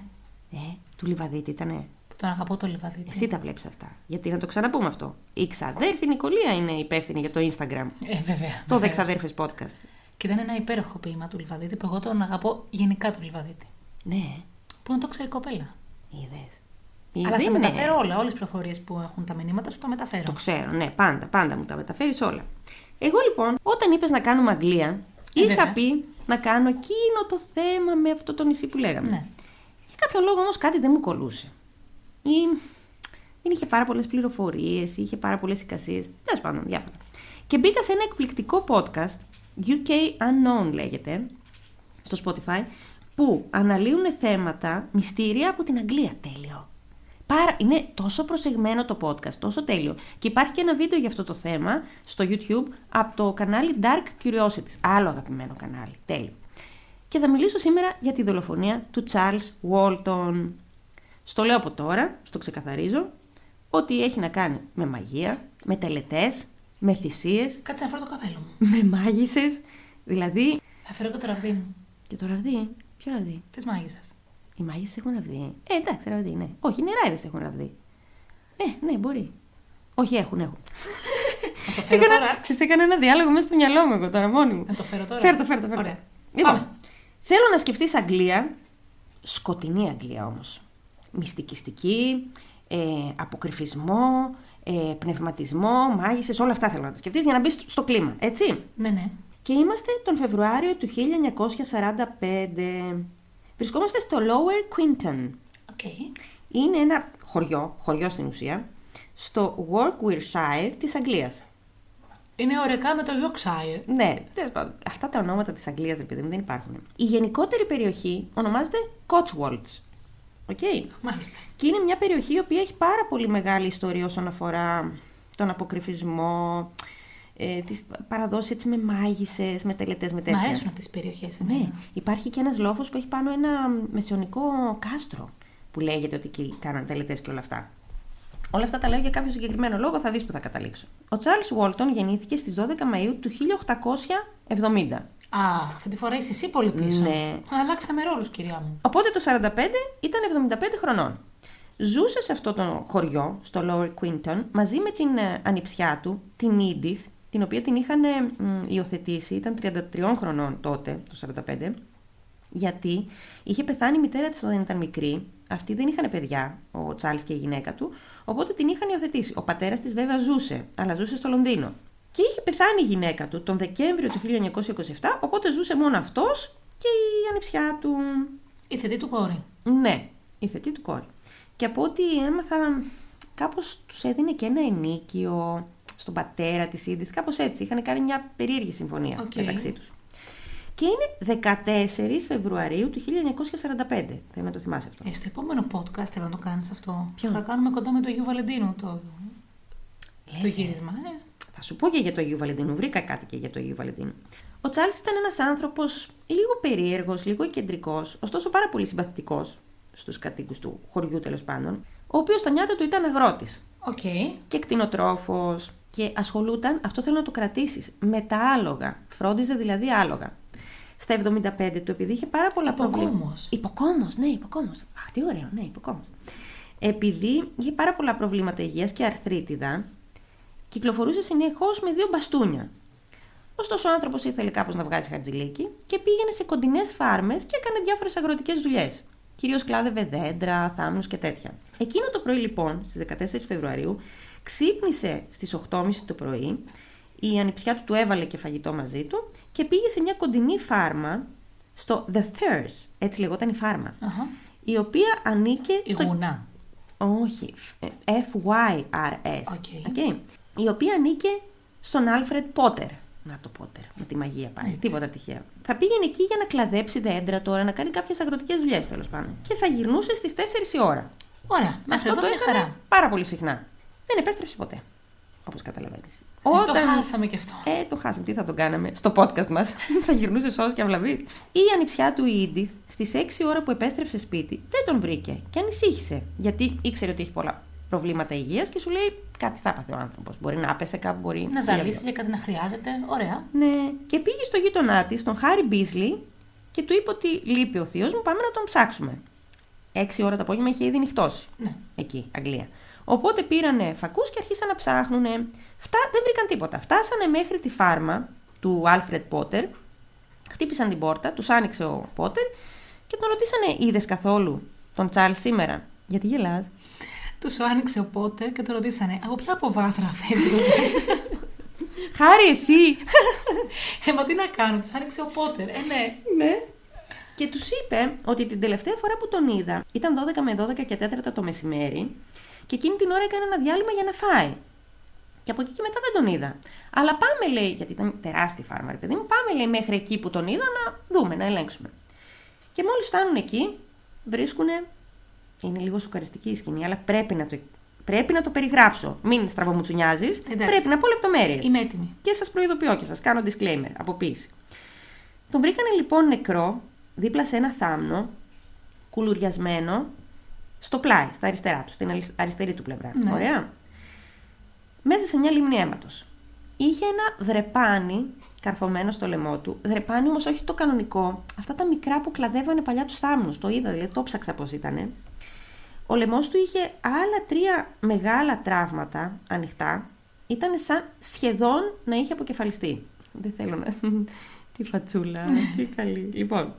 [SPEAKER 1] ε, του Λιβαδίτη ήτανε.
[SPEAKER 2] Που τον αγαπώ το λιβαδίτη.
[SPEAKER 1] Εσύ τα βλέπεις αυτά. Γιατί να το ξαναπούμε αυτό. Η ξαδέρφη Νικολία είναι υπεύθυνη για το Instagram.
[SPEAKER 2] Ε, βέβαια.
[SPEAKER 1] Το
[SPEAKER 2] βεβαίως.
[SPEAKER 1] δεξαδέρφες podcast.
[SPEAKER 2] Και ήταν ένα υπέροχο ποίημα του Λιβαδίτη που εγώ τον αγαπώ γενικά του Λιβαδίτη.
[SPEAKER 1] Ναι,
[SPEAKER 2] Που να το ξέρει η κοπέλα.
[SPEAKER 1] είδες.
[SPEAKER 2] Αλλά στα μεταφέρω όλα. Όλες τις πληροφορίε που έχουν τα μηνύματα σου τα μεταφέρω.
[SPEAKER 1] Το ξέρω, ναι, πάντα, πάντα μου τα μεταφέρεις όλα. Εγώ λοιπόν, όταν είπες να κάνουμε Αγγλία,
[SPEAKER 2] Ε,
[SPEAKER 1] είχα
[SPEAKER 2] βέβαια.
[SPEAKER 1] πει να κάνω εκείνο το θέμα με αυτό το νησί που λέγαμε.
[SPEAKER 2] Ναι.
[SPEAKER 1] Για κάποιο λόγο όμως κάτι δεν μου κολούσε. Ή δεν είχε πάρα πολλές πληροφορίες, είχε πάρα πολλές εικασίες. Τέλος πάντων, διάφορα. Και μπήκα σε ένα εκπληκτικό podcast, UK Unknown λέγεται, στο Spotify, που αναλύουν θέματα μυστήρια από την Αγγλία. Τέλειο. Πάρα, είναι τόσο προσεγμένο το podcast, τόσο τέλειο. Και υπάρχει και ένα βίντεο για αυτό το θέμα στο YouTube από το κανάλι Dark Curiosities. Άλλο αγαπημένο κανάλι. Τέλειο. Και θα μιλήσω σήμερα για τη δολοφονία του Charles Walton. Στο λέω από τώρα, στο ξεκαθαρίζω, ότι έχει να κάνει με μαγεία, με τελετές, με θυσίες,
[SPEAKER 2] Κάτσε να φέρω το καπέλο μου.
[SPEAKER 1] με μάγισσες, δηλαδή...
[SPEAKER 2] Θα φέρω και το ραβδί μου.
[SPEAKER 1] Και το ραβδί, ποιο ραβδί,
[SPEAKER 2] Τη μάγισσα.
[SPEAKER 1] οι μάγισσες έχουν ραβδί. Ε, εντάξει, ραβδί, ναι. Όχι, οι νεράιδες έχουν ραβδί. Ε, ναι, μπορεί. Όχι, έχουν, έχουν.
[SPEAKER 2] Να το φέρω
[SPEAKER 1] Έκανα,
[SPEAKER 2] τώρα.
[SPEAKER 1] ξέρεις, έκανα ένα διάλογο μέσα στο μυαλό μου εγώ τώρα, μόνη μου.
[SPEAKER 2] Να το φέρω τώρα.
[SPEAKER 1] Φέρ το, φέρ το, φέρ το.
[SPEAKER 2] Ωραία.
[SPEAKER 1] Λοιπόν,
[SPEAKER 2] Πάμε.
[SPEAKER 1] θέλω να σκεφτείς Αγγλία, σκοτεινή Αγγλία όμως. Μυστικιστική, ε, αποκρυφισμό, ε, πνευματισμό, μάγισσες, όλα αυτά θέλω να τα σκεφτείς για να μπεις στο κλίμα, έτσι.
[SPEAKER 2] Ναι, ναι.
[SPEAKER 1] Και είμαστε τον Φεβρουάριο του 1945. Βρισκόμαστε στο Lower Quinton.
[SPEAKER 2] Οκ.
[SPEAKER 1] Είναι ένα χωριό, χωριό στην ουσία, στο Warwickshire της Αγγλίας.
[SPEAKER 2] Είναι ωρεκά με το Yorkshire.
[SPEAKER 1] Ναι, τέλος πάντων, αυτά τα ονόματα της Αγγλίας, επειδή δεν υπάρχουν. Η γενικότερη περιοχή ονομάζεται Cotswolds. Οκ. Ναι.
[SPEAKER 2] Μάλιστα.
[SPEAKER 1] Και είναι μια περιοχή η οποία έχει πάρα πολύ μεγάλη ιστορία όσον αφορά τον αποκρυφισμό, ε, τις παραδόσεις έτσι με μάγισσες, με τελετές, με
[SPEAKER 2] Μ'
[SPEAKER 1] τέτοια.
[SPEAKER 2] αρέσουν αυτές τις περιοχές.
[SPEAKER 1] Ναι, υπάρχει και ένας λόφος που έχει πάνω ένα μεσαιωνικό κάστρο που λέγεται ότι εκεί κάναν τελετές και όλα αυτά. Όλα αυτά τα λέω για κάποιο συγκεκριμένο λόγο, θα δεις που θα καταλήξω. Ο Charles Walton γεννήθηκε στις 12 Μαΐου του 1870.
[SPEAKER 2] Α, αυτή τη φορά είσαι εσύ πολύ πίσω.
[SPEAKER 1] Ναι.
[SPEAKER 2] Αλλάξαμε ρόλους, κυρία μου.
[SPEAKER 1] Οπότε το 45 ήταν 75 χρονών. Ζούσε σε αυτό το χωριό, στο Lower Quinton, μαζί με την ε, ανιψιά του, την Edith, την οποία την είχαν ε, μ, υιοθετήσει, ήταν 33 χρονών τότε, το 45, γιατί είχε πεθάνει η μητέρα της όταν ήταν μικρή, αυτοί δεν είχαν παιδιά, ο Τσάλς και η γυναίκα του, οπότε την είχαν υιοθετήσει. Ο πατέρας της βέβαια ζούσε, αλλά ζούσε στο Λονδίνο. Και είχε πεθάνει η γυναίκα του τον Δεκέμβριο του 1927, οπότε ζούσε μόνο αυτός και η ανιψιά του.
[SPEAKER 2] Η θετή του κόρη.
[SPEAKER 1] Ναι, η θετή του κόρη. Και από ό,τι έμαθα, κάπως τους έδινε και ένα ενίκιο στον πατέρα της Edith, κάπως έτσι. Είχαν κάνει μια περίεργη συμφωνία
[SPEAKER 2] Οκ.
[SPEAKER 1] μεταξύ τους. Και είναι 14 Φεβρουαρίου του 1945. Θέλω να το θυμάσαι αυτό.
[SPEAKER 2] Ε, στο επόμενο podcast θέλω να το κάνεις αυτό.
[SPEAKER 1] Ποιο?
[SPEAKER 2] Θα κάνουμε κοντά με το Γιου Βαλεντίνου το, το γύρισμα. Ε.
[SPEAKER 1] Θα σου πω και για το Αγίου Βαλεντίνου. Βρήκα κάτι και για το Αγίου Βαλεντίνου. Ο Τσάρλ ήταν ένας άνθρωπος λίγο περίεργος, λίγο κεντρικός, ωστόσο πάρα πολύ συμπαθητικός στους κατοίκους του χωριού τέλος πάντων, ο οποίος στα νιάτα του ήταν αγρότης.
[SPEAKER 2] Οκ.
[SPEAKER 1] και κτηνοτρόφος και ασχολούταν, αυτό θέλω να το κρατήσεις, με τα άλογα. Φρόντιζε δηλαδή άλογα. Στα 75 του, επειδή είχε πάρα πολλά
[SPEAKER 2] Υποκόμος.
[SPEAKER 1] προβλήματα. Υποκόμος, ναι, υποκόμος. Αχ, τι ωραίο, ναι, υποκόμος. Επειδή είχε πάρα πολλά προβλήματα υγείας και αρθρίτιδα, κυκλοφορούσε συνεχώς με δύο μπαστούνια. Ωστόσο, ο άνθρωπος ήθελε κάπως να βγάζει χαρτζηλίκι και πήγαινε σε κοντινές φάρμες και έκανε διάφορες αγροτικές δουλειές. Κυρίως κλάδευε δέντρα, θάμνους και τέτοια. Εκείνο το πρωί, λοιπόν, στις 14 Φεβρουαρίου, ξύπνησε στις 8.30 το πρωί. Η ανιψιά του του έβαλε και φαγητό μαζί του και πήγε σε μια κοντινή φάρμα στο The Thurs, έτσι λεγόταν η φάρμα,
[SPEAKER 2] Αχα.
[SPEAKER 1] η οποία ανήκε
[SPEAKER 2] Η γουνά.
[SPEAKER 1] όχι. ε, F-Y-R-S.
[SPEAKER 2] Οκ.
[SPEAKER 1] Οκ. Η οποία ανήκε στον Άλφρεντ Πότερ. Να το Πότερ, με τη μαγεία πάλι.
[SPEAKER 2] Έτσι.
[SPEAKER 1] Τίποτα τυχαίο. Θα πήγαινε εκεί για να κλαδέψει δέντρα τώρα, να κάνει κάποιες αγροτικές δουλειές τέλος πάντων. Και θα γυρνούσε στις 4 η ώρα.
[SPEAKER 2] Ωραία. Μέχρι εδώ μια
[SPEAKER 1] έκανε
[SPEAKER 2] χαρά. Ε,
[SPEAKER 1] πάρα πολύ συχνά. Δεν επέστρεψε ποτέ. Όπως καταλαβαίνεις.
[SPEAKER 2] Ε, Το χάσαμε κι αυτό.
[SPEAKER 1] Ε, το χάσαμε. Τι θα τον κάναμε στο podcast μας. θα γυρνούσε σώο και αυλαβής. Η ανιψιά του η Edith στι 6 ώρα που επέστρεψε σπίτι δεν τον βρήκε και ανησύχησε. Γιατί ήξερε ότι έχει πολλά προβλήματα υγείας και σου λέει κάτι θα πάθει ο άνθρωπος. Μπορεί να πέσε κάπου, μπορεί
[SPEAKER 2] Να
[SPEAKER 1] τι άλλο.
[SPEAKER 2] ζαλίσει για κάτι να χρειάζεται. Ωραία.
[SPEAKER 1] Ναι. Και πήγε στο γείτονά της, τον Χάρι Μπίσλι, και του είπε ότι λείπει ο θείος μου, πάμε να τον ψάξουμε. 6 ώρα το απόγευμα είχε ήδη νυχτώσει
[SPEAKER 2] Ναι.
[SPEAKER 1] εκεί, Αγγλία. Οπότε πήρανε φακούς και αρχίσαν να ψάχνουν. Φτά... Δεν βρήκαν τίποτα. Φτάσανε μέχρι τη φάρμα του Άλφρεντ Πότερ, χτύπησαν την πόρτα, τους άνοιξε ο Πότερ και τον ρωτήσανε «Είδες καθόλου τον Τσάρλ σήμερα». Γιατί γελάς.
[SPEAKER 2] Τους άνοιξε ο Πότερ και το ρωτήσανε Από ποια αποβάθρα φεύγει.
[SPEAKER 1] Χάρη εσύ.
[SPEAKER 2] ε, μα τι να κάνω, τους άνοιξε ο Πότερ. Ε, ναι.
[SPEAKER 1] ναι. Και τους είπε ότι την τελευταία φορά που τον είδα ήταν 12 με 12 και 4 το μεσημέρι και εκείνη την ώρα έκανε ένα διάλειμμα για να φάει. Και από εκεί και μετά δεν τον είδα. Αλλά πάμε, λέει, γιατί ήταν τεράστια η φάρμα, ρε παιδί μου, πάμε, λέει, μέχρι εκεί που τον είδα να δούμε, να ελέγξουμε. Και μόλις φτάνουν εκεί, βρίσκουν. Είναι λίγο σοκαριστική η σκηνή, αλλά πρέπει να το, πρέπει να το περιγράψω. Μην στραβομουτσουνιάζεις.
[SPEAKER 2] Εντάξει.
[SPEAKER 1] Πρέπει να πω λεπτομέρειες.
[SPEAKER 2] Είμαι έτοιμη.
[SPEAKER 1] Και σας προειδοποιώ και σας κάνω disclaimer, αποποίηση. Τον βρήκανε λοιπόν νεκρό, δίπλα σε ένα θάμνο, κουλουριασμένο, στο πλάι, στα αριστερά του, στην αλισ- αριστερή του πλευρά.
[SPEAKER 2] Ναι.
[SPEAKER 1] Ωραία. Μέσα σε μια λίμνη αίματος. Είχε ένα δρεπάνι καρφωμένο στο λαιμό του. Δρεπάνι όμως όχι το κανονικό. Αυτά τα μικρά που κλαδεύανε παλιά τους θάμνους. Το είδα, δηλαδή το ψάξα πώς ήτανε. Ο λαιμός του είχε άλλα τρία μεγάλα τραύματα ανοιχτά. ήταν σαν σχεδόν να είχε αποκεφαλιστεί. Δεν θέλω να... τη φατσούλα, τι καλή. λοιπόν,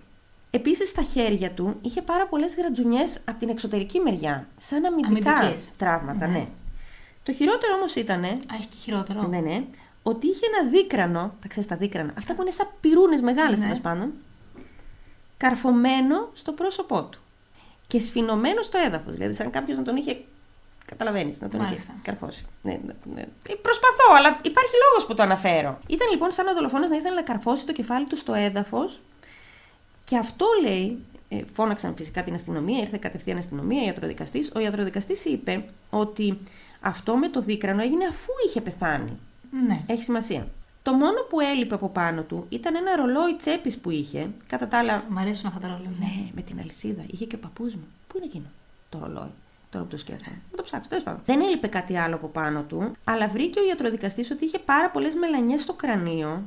[SPEAKER 1] επίσης στα χέρια του είχε πάρα πολλές γρατζουνιές από την εξωτερική μεριά, σαν αμυντικά
[SPEAKER 2] Αμυντικές.
[SPEAKER 1] τραύματα, ναι.
[SPEAKER 2] Ναι.
[SPEAKER 1] Το χειρότερο όμως ήτανε,
[SPEAKER 2] Α, έχει και χειρότερο.
[SPEAKER 1] ναι, ναι, ότι είχε ένα δίκρανο, τα ξέρεις τα δίκρανα, αυτά που είναι σαν πυρούνες μεγάλες
[SPEAKER 2] Ναι.
[SPEAKER 1] τέλος πάντων, καρφωμένο στο πρόσωπό του και σφινωμένος στο έδαφος, δηλαδή σαν κάποιος να τον είχε, καταλαβαίνεις, να τον
[SPEAKER 2] Μάλιστα.
[SPEAKER 1] είχε καρφώσει. Ναι, ναι, ναι. Ε, Προσπαθώ, αλλά υπάρχει λόγος που το αναφέρω. Ήταν λοιπόν σαν ο δολοφόνος να ήθελε να καρφώσει το κεφάλι του στο έδαφος και αυτό λέει, ε, φώναξαν φυσικά την αστυνομία, ήρθε κατευθείαν αστυνομία, ιατροδικαστής. Ο ιατροδικαστής είπε ότι αυτό με το δίκρανο έγινε αφού είχε πεθάνει.
[SPEAKER 2] Ναι.
[SPEAKER 1] Έχει σημασία. Το μόνο που έλειπε από πάνω του ήταν ένα ρολόι τσέπης που είχε. Κατά τα άλλα,
[SPEAKER 2] Μ' αρέσουν αυτά τα ρολόγια.
[SPEAKER 1] ναι, με την αλυσίδα. Είχε και ο παππούς μου. Πού είναι εκείνο το ρολόι. Τώρα που το σκέφτομαι. Να το ψάξω, τέλος πάντων. Δεν έλειπε κάτι άλλο από πάνω του, αλλά βρήκε ο ιατροδικαστής ότι είχε πάρα πολλές μελανιές στο κρανίο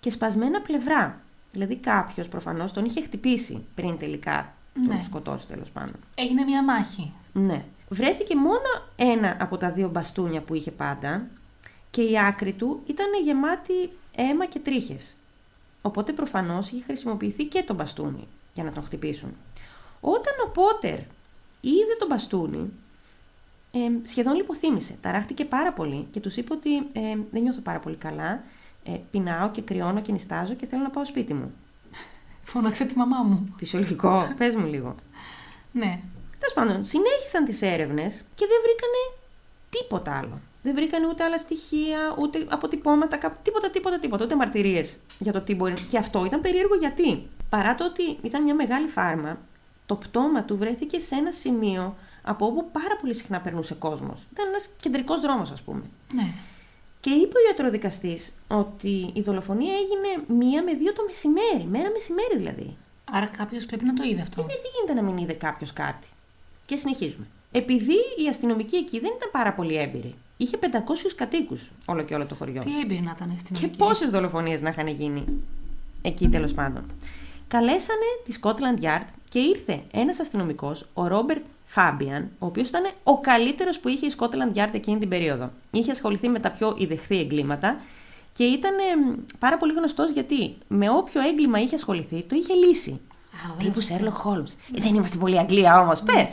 [SPEAKER 1] και σπασμένα πλευρά. Δηλαδή κάποιος προφανώς τον είχε χτυπήσει πριν τελικά τον
[SPEAKER 2] Ναι.
[SPEAKER 1] σκοτώσει τέλος πάντων.
[SPEAKER 2] Έγινε μια μάχη.
[SPEAKER 1] Ναι. Βρέθηκε μόνο ένα από τα δύο μπαστούνια που είχε πάντα και η άκρη του ήταν γεμάτη αίμα και τρίχες. Οπότε προφανώς είχε χρησιμοποιηθεί και το μπαστούνι για να τον χτυπήσουν. Όταν ο Πότερ είδε το μπαστούνι, ε, σχεδόν λιποθύμησε. Ταράχτηκε πάρα πολύ και τους είπε ότι ε, δεν νιώθω πάρα πολύ καλά. Ε, πεινάω και κρυώνω και νιστάζω και θέλω να πάω σπίτι μου.
[SPEAKER 2] Φώναξε τη μαμά μου.
[SPEAKER 1] Φυσιολογικό, πες μου λίγο.
[SPEAKER 2] Ναι.
[SPEAKER 1] Τέλος πάντων, συνέχισαν τις έρευνες και δεν βρήκανε τίποτα άλλο. Δεν βρήκανε ούτε άλλα στοιχεία, ούτε αποτυπώματα, κάπου- τίποτα, τίποτα, τίποτα. Ούτε μαρτυρίες για το τι μπορεί. Και αυτό ήταν περίεργο γιατί. Παρά το ότι ήταν μια μεγάλη φάρμα, το πτώμα του βρέθηκε σε ένα σημείο από όπου πάρα πολύ συχνά περνούσε κόσμος. Ήταν ένας κεντρικός δρόμος, ας πούμε.
[SPEAKER 2] Ναι.
[SPEAKER 1] Και είπε ο ιατροδικαστής ότι η δολοφονία έγινε μία με δύο το μεσημέρι. Μέρα μεσημέρι δηλαδή.
[SPEAKER 2] Άρα κάποιος πρέπει να το είδε αυτό.
[SPEAKER 1] Ε, τι γίνεται να μην είδε κάποιος κάτι. Και συνεχίζουμε. Επειδή η αστυνομική εκεί δεν ήταν πάρα πολύ έμπειρη. Είχε 500 κατοίκους όλο και όλο το χωριό.
[SPEAKER 2] Τι έμπειρη να ήταν στην
[SPEAKER 1] Και πόσες δολοφονίες να είχαν γίνει εκεί τέλος πάντων. Καλέσανε τη Scotland Yard και ήρθε ένας αστυνομικός, ο Ρόμπερτ Φάμπιαν, ο οποίος ήταν ο καλύτερος που είχε η Scotland Yard εκείνη την περίοδο. Είχε ασχοληθεί με τα πιο ιδεχθή εγκλήματα και ήταν εμ, πάρα πολύ γνωστός γιατί με όποιο έγκλημα είχε ασχοληθεί το είχε λύσει.
[SPEAKER 2] Α, ωραίος
[SPEAKER 1] Τύπου
[SPEAKER 2] αυτός.
[SPEAKER 1] Sherlock Holmes. Ε, δεν είμαστε πολύ Αγγλία όμως, πε.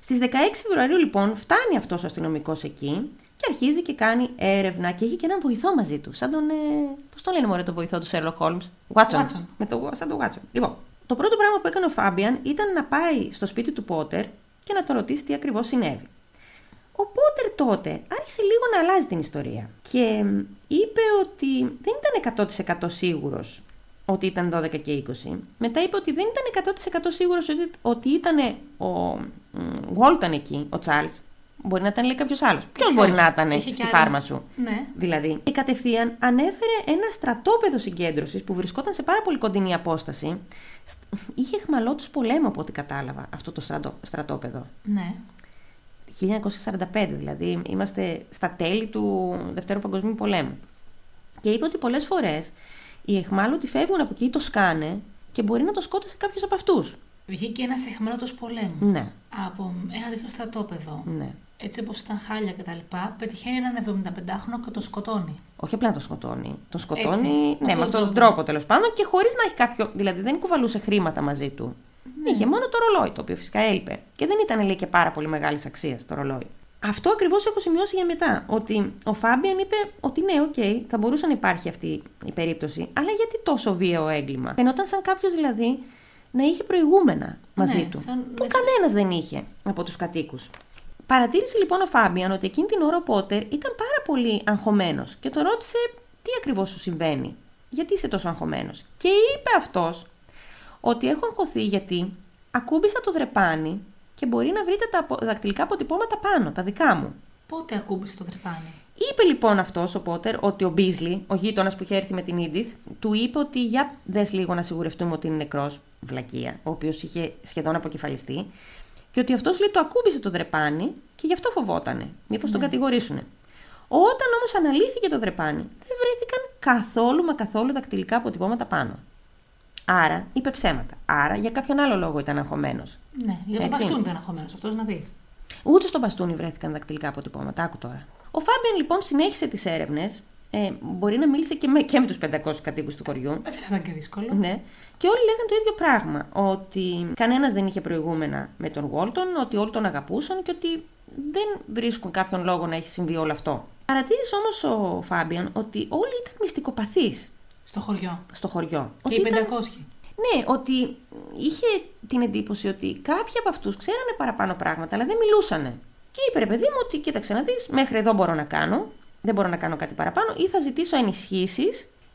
[SPEAKER 1] Στι 16 Φεβρουαρίου λοιπόν φτάνει αυτός ο αστυνομικός εκεί και αρχίζει και κάνει έρευνα και έχει και έναν βοηθό μαζί του. Σαν τον. Ε, Πώς τον λένε μωρέ τον βοηθό του Sherlock Holmes. Watson.
[SPEAKER 2] Watson.
[SPEAKER 1] Με το, σαν τον Watson. Λοιπόν, το πρώτο πράγμα που έκανε ο Φάμπιαν ήταν να πάει στο σπίτι του Πότερ και να τον ρωτήσει τι ακριβώς συνέβη. Ο Πότερ τότε άρχισε λίγο να αλλάζει την ιστορία και μ, είπε ότι δεν ήταν 100% σίγουρος ότι ήταν 12 και 20. Μετά είπε ότι δεν ήταν 100% σίγουρος ότι, ότι ήταν ο Γόλταν εκεί, ο Τσάρλς. Μπορεί να ήταν λέει κάποιος άλλος. Ποιος μπορεί να ήταν
[SPEAKER 2] Είχε και
[SPEAKER 1] στη
[SPEAKER 2] άλλη-
[SPEAKER 1] φάρμα σου.
[SPEAKER 2] Ναι.
[SPEAKER 1] Δηλαδή, και κατευθείαν ανέφερε ένα στρατόπεδο συγκέντρωσης που βρισκόταν σε πάρα πολύ κοντινή απόσταση. Στ- Είχε εχμαλώτους πολέμου από ό,τι κατάλαβα αυτό το στρατό- στρατόπεδο.
[SPEAKER 2] Ναι.
[SPEAKER 1] 1945, δηλαδή είμαστε στα τέλη του Δευτέρου Παγκοσμίου Πολέμου. Και είπε ότι πολλές φορές οι εχμάλωτοι φεύγουν από εκεί, το σκάνε και μπορεί να το σκότωσε κάποιος από αυτούς.
[SPEAKER 2] Βγήκε ένας εχμαλώτο πολέμου.
[SPEAKER 1] Ναι,
[SPEAKER 2] Από ένα τέτοιο στρατόπεδο.
[SPEAKER 1] ναι.
[SPEAKER 2] Έτσι όπως ήταν χάλια κτλ. Πετυχαίνει έναν 75χρονο και τον σκοτώνει.
[SPEAKER 1] Όχι απλά να τον σκοτώνει. Τον σκοτώνει
[SPEAKER 2] Έτσι,
[SPEAKER 1] ναι,
[SPEAKER 2] με αυτόν
[SPEAKER 1] με
[SPEAKER 2] τον
[SPEAKER 1] αυτόν τον
[SPEAKER 2] τρόπο.
[SPEAKER 1] τρόπο τέλος πάντων και χωρίς να έχει κάποιο. Δηλαδή δεν κουβαλούσε χρήματα μαζί του.
[SPEAKER 2] Ναι.
[SPEAKER 1] Είχε μόνο το ρολόι, το οποίο φυσικά έλειπε. Και δεν ήταν λέει και πάρα πολύ μεγάλης αξίας το ρολόι. Αυτό ακριβώς έχω σημειώσει για μετά. Ότι ο Φάμπιαν είπε ότι ναι, οκ, θα μπορούσε να υπάρχει αυτή η περίπτωση, αλλά γιατί τόσο βίαιο έγκλημα. Φαινόταν σαν κάποιος δηλαδή να είχε προηγούμενα μαζί
[SPEAKER 2] Ναι,
[SPEAKER 1] του.
[SPEAKER 2] σαν-
[SPEAKER 1] Που κανένας δεν είχε από τους κατοίκους. Παρατήρησε λοιπόν ο Φάμπιαν ότι εκείνη την ώρα ο Πότερ ήταν πάρα πολύ αγχωμένος και τον ρώτησε τι ακριβώς σου συμβαίνει. Γιατί είσαι τόσο αγχωμένος. Και είπε αυτός ότι έχω αγχωθεί γιατί ακούμπησα το δρεπάνι και μπορεί να βρείτε τα απο- δακτυλικά αποτυπώματα πάνω, τα δικά μου.
[SPEAKER 2] Πότε ακούμπησε το τρυπάνι.
[SPEAKER 1] Είπε λοιπόν αυτός ο Πότερ ότι ο Μπίζλι, ο γείτονας που είχε έρθει με την Ίντιθ, του είπε ότι για δες λίγο να σιγουρευτούμε ότι είναι νεκρός, βλακεία, ο οποίος είχε σχεδόν αποκεφαλιστεί, και ότι αυτός λέει το ακούμπησε το δρεπάνι και γι' αυτό φοβότανε. Μήπως τον κατηγορήσουν. Όταν όμως αναλύθηκε το δρεπάνι, δεν βρέθηκαν καθόλου μα καθόλου δακτυλικά αποτυπώματα πάνω. Άρα είπε ψέματα. Άρα για κάποιον άλλο λόγο ήταν αγχωμένος.
[SPEAKER 2] Ναι, για τον
[SPEAKER 1] Έτσι.
[SPEAKER 2] μπαστούνι ήταν αγχωμένος αυτός να δεις.
[SPEAKER 1] Ούτε στο μπαστούνι βρέθηκαν δακτυλικά αποτυπώματα. Άκου τώρα. Ο Φάμπιαν λοιπόν συνέχισε τις έρευνες. Ε, μπορεί να μίλησε και με, και με τους 500 κατοίκους του χωριού.
[SPEAKER 2] Ε, Δεν θα ήταν και δύσκολο.
[SPEAKER 1] Ναι. Και όλοι λέγανε το ίδιο πράγμα. Ότι κανένας δεν είχε προηγούμενα με τον Γουόλτον, ότι όλοι τον αγαπούσαν και ότι δεν βρίσκουν κάποιον λόγο να έχει συμβεί όλο αυτό. Παρατήρησε όμως ο Φάμπιαν ότι όλοι ήταν μυστικοπαθείς
[SPEAKER 2] Στο χωριό.
[SPEAKER 1] στο χωριό.
[SPEAKER 2] Και
[SPEAKER 1] Ότι
[SPEAKER 2] οι
[SPEAKER 1] ήταν-
[SPEAKER 2] 500.
[SPEAKER 1] Ναι, ότι είχε την εντύπωση ότι κάποιοι από αυτούς ξέρανε παραπάνω πράγματα, αλλά δεν μιλούσανε. Και είπε ρε παιδί μου ότι κοίταξε να δεις, μέχρι εδώ μπορώ να κάνω, δεν μπορώ να κάνω κάτι παραπάνω, ή θα ζητήσω ενισχύσεις,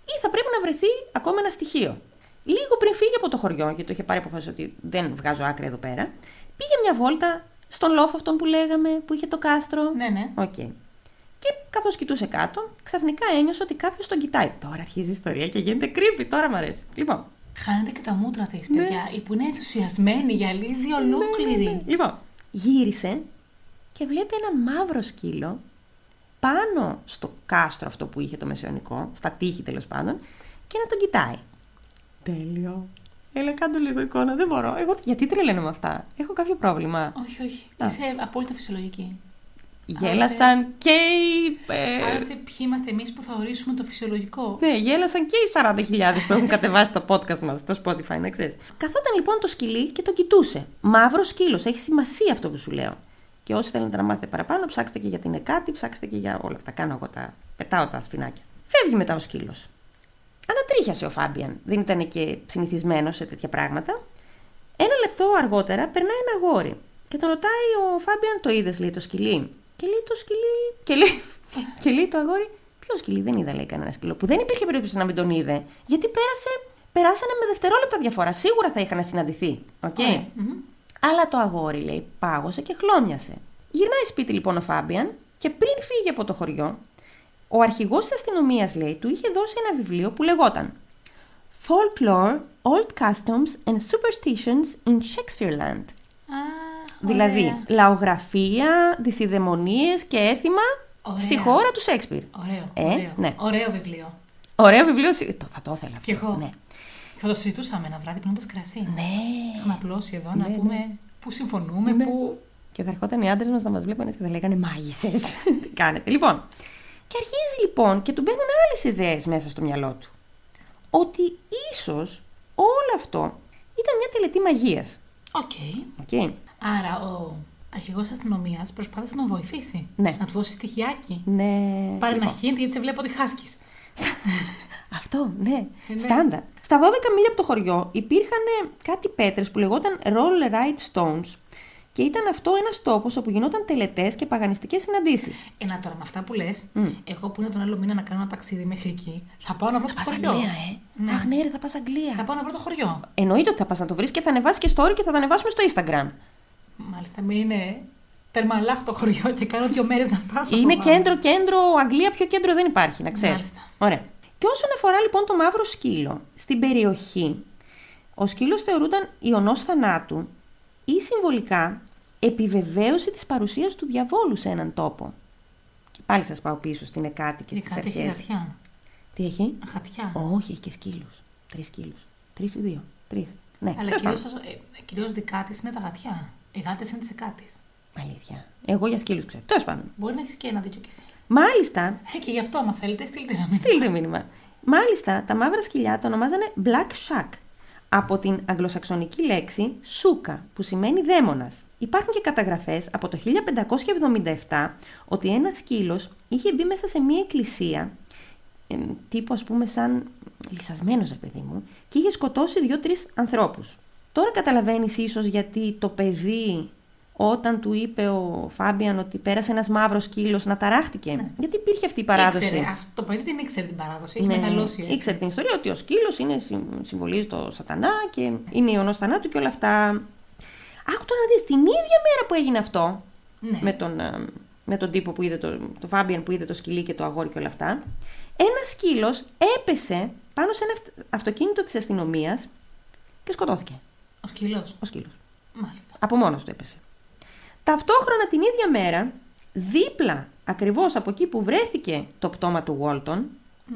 [SPEAKER 1] ή θα πρέπει να βρεθεί ακόμα ένα στοιχείο. Λίγο πριν φύγει από το χωριό, γιατί το είχε πάρει αποφάση ότι δεν βγάζω άκρη εδώ πέρα, πήγε μια βόλτα στον λόφο αυτόν που λέγαμε, που είχε το κάστρο.
[SPEAKER 2] Ναι, ναι.
[SPEAKER 1] Οκ. Και καθώς κοιτούσε κάτω, ξαφνικά ένιωσε ότι κάποιος τον κοιτάει. Τώρα αρχίζει η ιστορία και γίνεται creepy, τώρα μ' αρέσει. Λοιπόν,
[SPEAKER 2] Χάνεται και τα μούτρα της, παιδιά. Η που είναι ενθουσιασμένη, γυαλίζει ολόκληρη.
[SPEAKER 1] Ναι, ναι, ναι. Λοιπόν, γύρισε και βλέπει έναν μαύρο σκύλο πάνω στο κάστρο αυτό που είχε το μεσαιωνικό, στα τείχη τέλος πάντων, και να τον κοιτάει. Τέλειο. Έλα, κάτω λίγο εικόνα. Δεν μπορώ. Εγώ, γιατί τρελαίνω με αυτά. Έχω κάποιο πρόβλημα.
[SPEAKER 2] Όχι, όχι.
[SPEAKER 1] Α.
[SPEAKER 2] Είσαι απόλυτα φυσιολογική.
[SPEAKER 1] Γέλασαν και οι. ε,
[SPEAKER 2] Άλλωστε, ποιοι είμαστε εμείς που θα ορίσουμε το φυσιολογικό.
[SPEAKER 1] Ναι, γέλασαν και οι 40.000 που έχουν κατεβάσει το podcast μας στο Spotify, να ξέρεις. Καθόταν λοιπόν το σκυλί και το κοιτούσε. Μαύρος σκύλος, έχει σημασία αυτό που σου λέω. Και όσοι θέλετε να μάθετε παραπάνω, ψάξτε και για την ΕΚΑΤΗ, ψάξτε και για όλα αυτά. Κάνω εγώ τα. Πετάω τα σφινάκια. Φεύγει μετά ο σκύλος. Ανατρίχιασε ο Φάμπιαν. Δεν ήταν και συνηθισμένος σε τέτοια πράγματα. Ένα λεπτό αργότερα περνάει ένα αγόρι και τον ρωτάει ο Φάμπιαν, το είδες, λέει το σκυλί. Και λέει το σκυλί. Και λέει, και λέει το αγόρι, ποιο σκυλί, δεν είδα, λέει κανένα σκυλό. Που δεν υπήρχε περίπτωση να μην τον είδε. Γιατί πέρασε, περάσανε με δευτερόλεπτα διαφορά. Σίγουρα θα είχαν συναντηθεί. Οκ.
[SPEAKER 2] Ωραία. Μμμ.
[SPEAKER 1] Αλλά το αγόρι, λέει, πάγωσε και χλώμιασε. Γυρνάει σπίτι λοιπόν ο Φάμπιαν και πριν φύγει από το χωριό, ο αρχηγός της αστυνομίας, λέει, του είχε δώσει ένα βιβλίο που λεγόταν Folklore, Old Customs and Superstitions in Shakespeareland.
[SPEAKER 2] Α,
[SPEAKER 1] Δηλαδή,
[SPEAKER 2] ωραία.
[SPEAKER 1] λαογραφία, δυσιδαιμονίες και έθιμα
[SPEAKER 2] Ωραία.
[SPEAKER 1] στη χώρα του Σέξπιρ.
[SPEAKER 2] Ωραίο.
[SPEAKER 1] Ε,
[SPEAKER 2] ωραίο.
[SPEAKER 1] ναι.
[SPEAKER 2] ωραίο βιβλίο.
[SPEAKER 1] Ωραίο βιβλίο, σι- το, θα το ήθελα αυτό.
[SPEAKER 2] Κι εγώ.
[SPEAKER 1] Ναι.
[SPEAKER 2] Θα το συζητούσαμε ένα βράδυ πίνοντα κρασί. Έχουμε
[SPEAKER 1] ναι.
[SPEAKER 2] απλώσει εδώ
[SPEAKER 1] Ναι,
[SPEAKER 2] να
[SPEAKER 1] ναι.
[SPEAKER 2] πούμε πού συμφωνούμε,
[SPEAKER 1] Ναι.
[SPEAKER 2] πού.
[SPEAKER 1] Και θα ερχόταν οι άντρες μας να μας βλέπανε και θα λέγανε Μάγισσε. Τι κάνετε. Λοιπόν. Και αρχίζει λοιπόν και του μπαίνουν άλλες ιδέες μέσα στο μυαλό του. Ότι ίσως όλο αυτό ήταν μια τελετή μαγείας.
[SPEAKER 2] Οκ.
[SPEAKER 1] Okay.
[SPEAKER 2] Άρα ο αρχηγός αστυνομίας προσπάθησε να τον βοηθήσει.
[SPEAKER 1] Ναι.
[SPEAKER 2] Να του δώσει στοιχειάκι.
[SPEAKER 1] Ναι.
[SPEAKER 2] Πάρε
[SPEAKER 1] λοιπόν.
[SPEAKER 2] ένα hint γιατί σε βλέπω ότι χάσκεις.
[SPEAKER 1] Αυτό, ναι.
[SPEAKER 2] Ναι.
[SPEAKER 1] Στάνταρ. Στα 12 μίλια από το χωριό υπήρχαν κάτι πέτρες που λεγόταν Roll Right Stones και ήταν αυτό ένας τόπος όπου γινόταν τελετές και παγανιστικές συναντήσεις.
[SPEAKER 2] Ένα τώρα με αυτά που λες,
[SPEAKER 1] Μμ.
[SPEAKER 2] εγώ που είναι τον άλλο μήνα να κάνω ένα ταξίδι μέχρι εκεί, θα πάω να βρω το χωριό. Ναι.
[SPEAKER 1] Αχ, ναι, ρε, θα πας Αγγλία.
[SPEAKER 2] Θα πάω να βρω το χωριό.
[SPEAKER 1] Εννοείται ότι θα πας να το βρεις και θα ανεβάσεις και story και θα τα ανεβάσουμε στο Instagram.
[SPEAKER 2] Μάλιστα, μην είναι τερμαλάχ το χωριό και κάνω δύο μέρες να φτάσω.
[SPEAKER 1] Είναι
[SPEAKER 2] φοβάμαι.
[SPEAKER 1] κέντρο, κέντρο, Αγγλία, πιο κέντρο δεν υπάρχει, να ξέρεις.
[SPEAKER 2] Μάλιστα.
[SPEAKER 1] Ωραία. Και όσον αφορά λοιπόν το μαύρο σκύλο στην περιοχή, ο σκύλος θεωρούνταν ιονό θανάτου ή συμβολικά επιβεβαίωση της παρουσίας του διαβόλου σε έναν τόπο. Και πάλι σας πάω πίσω στην Εκάτη και
[SPEAKER 2] Και
[SPEAKER 1] στι
[SPEAKER 2] κάτι έχει
[SPEAKER 1] αρχές.
[SPEAKER 2] γατιά.
[SPEAKER 1] Τι έχει?
[SPEAKER 2] Γατιά.
[SPEAKER 1] Όχι, έχει και σκύλους. Τρεις σκύλους. Τρεις ή δύο. Τρεις. Ναι,
[SPEAKER 2] Αλλά
[SPEAKER 1] τέλος
[SPEAKER 2] κυρίως, ε, κυρίως δικά της είναι τα γατιά. Οι γάτες είναι τη εκάτη.
[SPEAKER 1] πάντων. Αλήθεια. Εγώ για σκύλους ξέρω. Τέλος πάντων.
[SPEAKER 2] Μπορεί να έχεις και ένα δίκιο κι εσύ.
[SPEAKER 1] Μάλιστα,
[SPEAKER 2] Ε, Και γι' αυτό, άμα θέλετε, στείλτε ένα μήνυμα.
[SPEAKER 1] Στείλτε μήνυμα. Μάλιστα, τα μαύρα σκυλιά τα ονομάζανε Black Shack από την αγγλοσαξονική λέξη σούκα, που σημαίνει δαίμονας. Υπάρχουν και καταγραφές από το 1577 ότι ένας σκύλος είχε μπει μέσα σε μία εκκλησία, εμ, τύπου ας πούμε σαν λυσασμένος ρε παιδί μου, και είχε σκοτώσει δύο-τρεις ανθρώπους. Τώρα καταλαβαίνεις ίσως γιατί το παιδί όταν του είπε ο Φάμπιαν ότι πέρασε ένας μαύρος σκύλος να ταράχτηκε. Γιατί υπήρχε αυτή η παράδοση.
[SPEAKER 2] Ήξερε, αυτό το παιδί δεν ήξερε την παράδοση. Έχει
[SPEAKER 1] Ναι.
[SPEAKER 2] μεγαλώσει έτσι.
[SPEAKER 1] Ήξερε την ιστορία ότι ο σκύλος είναι, συμ- συμβολίζει το σατανά και είναι ιονό θανάτου και όλα αυτά. Άκου τώρα να δεις την ίδια μέρα που έγινε αυτό
[SPEAKER 2] Ναι.
[SPEAKER 1] με, τον, ε, με τον τύπο που είδε το, το Φάμπιαν που είδε το σκυλί και το αγόρι και όλα αυτά. Ένας σκύλος έπεσε πάνω σε ένα αυτ- αυτοκίνητο της αστυνομίας και σκοτώθηκε
[SPEAKER 2] Ο σκυλό.
[SPEAKER 1] ο σκύλος.
[SPEAKER 2] Μάλιστα.
[SPEAKER 1] Από μόνος του έπεσε. Ταυτόχρονα την ίδια μέρα, δίπλα ακριβώς από εκεί που βρέθηκε το πτώμα του Γουόλτον,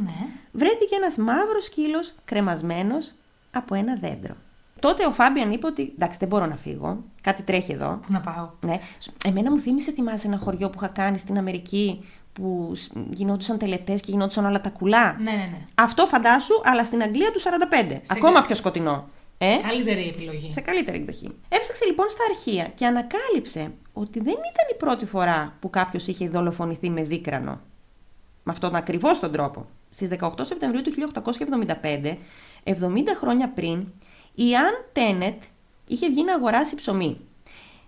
[SPEAKER 2] Ναι.
[SPEAKER 1] βρέθηκε ένας μαύρος σκύλος κρεμασμένος από ένα δέντρο. Τότε ο Φάμπιαν είπε ότι εντάξει δεν μπορώ να φύγω, κάτι τρέχει εδώ.
[SPEAKER 2] Πού να πάω.
[SPEAKER 1] Ναι. Εμένα μου θύμισε, θυμάσαι, ένα χωριό που είχα κάνει στην Αμερική που σ- γινόντουσαν τελετές και γινόντουσαν όλα τα κουλά.
[SPEAKER 2] Ναι, ναι, ναι.
[SPEAKER 1] Αυτό φαντάσου, αλλά στην Αγγλία του 45. Ακόμα πιο σκοτεινό. Ε?
[SPEAKER 2] Καλύτερη επιλογή.
[SPEAKER 1] Σε καλύτερη εκδοχή. Έψαξε λοιπόν στα αρχεία και ανακάλυψε ότι δεν ήταν η πρώτη φορά που κάποιος είχε δολοφονηθεί με δίκρανο. Με αυτόν ακριβώς τον τρόπο. Στις 18 Σεπτεμβρίου του 1875, 70 χρόνια πριν, η Αν Τένετ είχε βγει να αγοράσει ψωμί.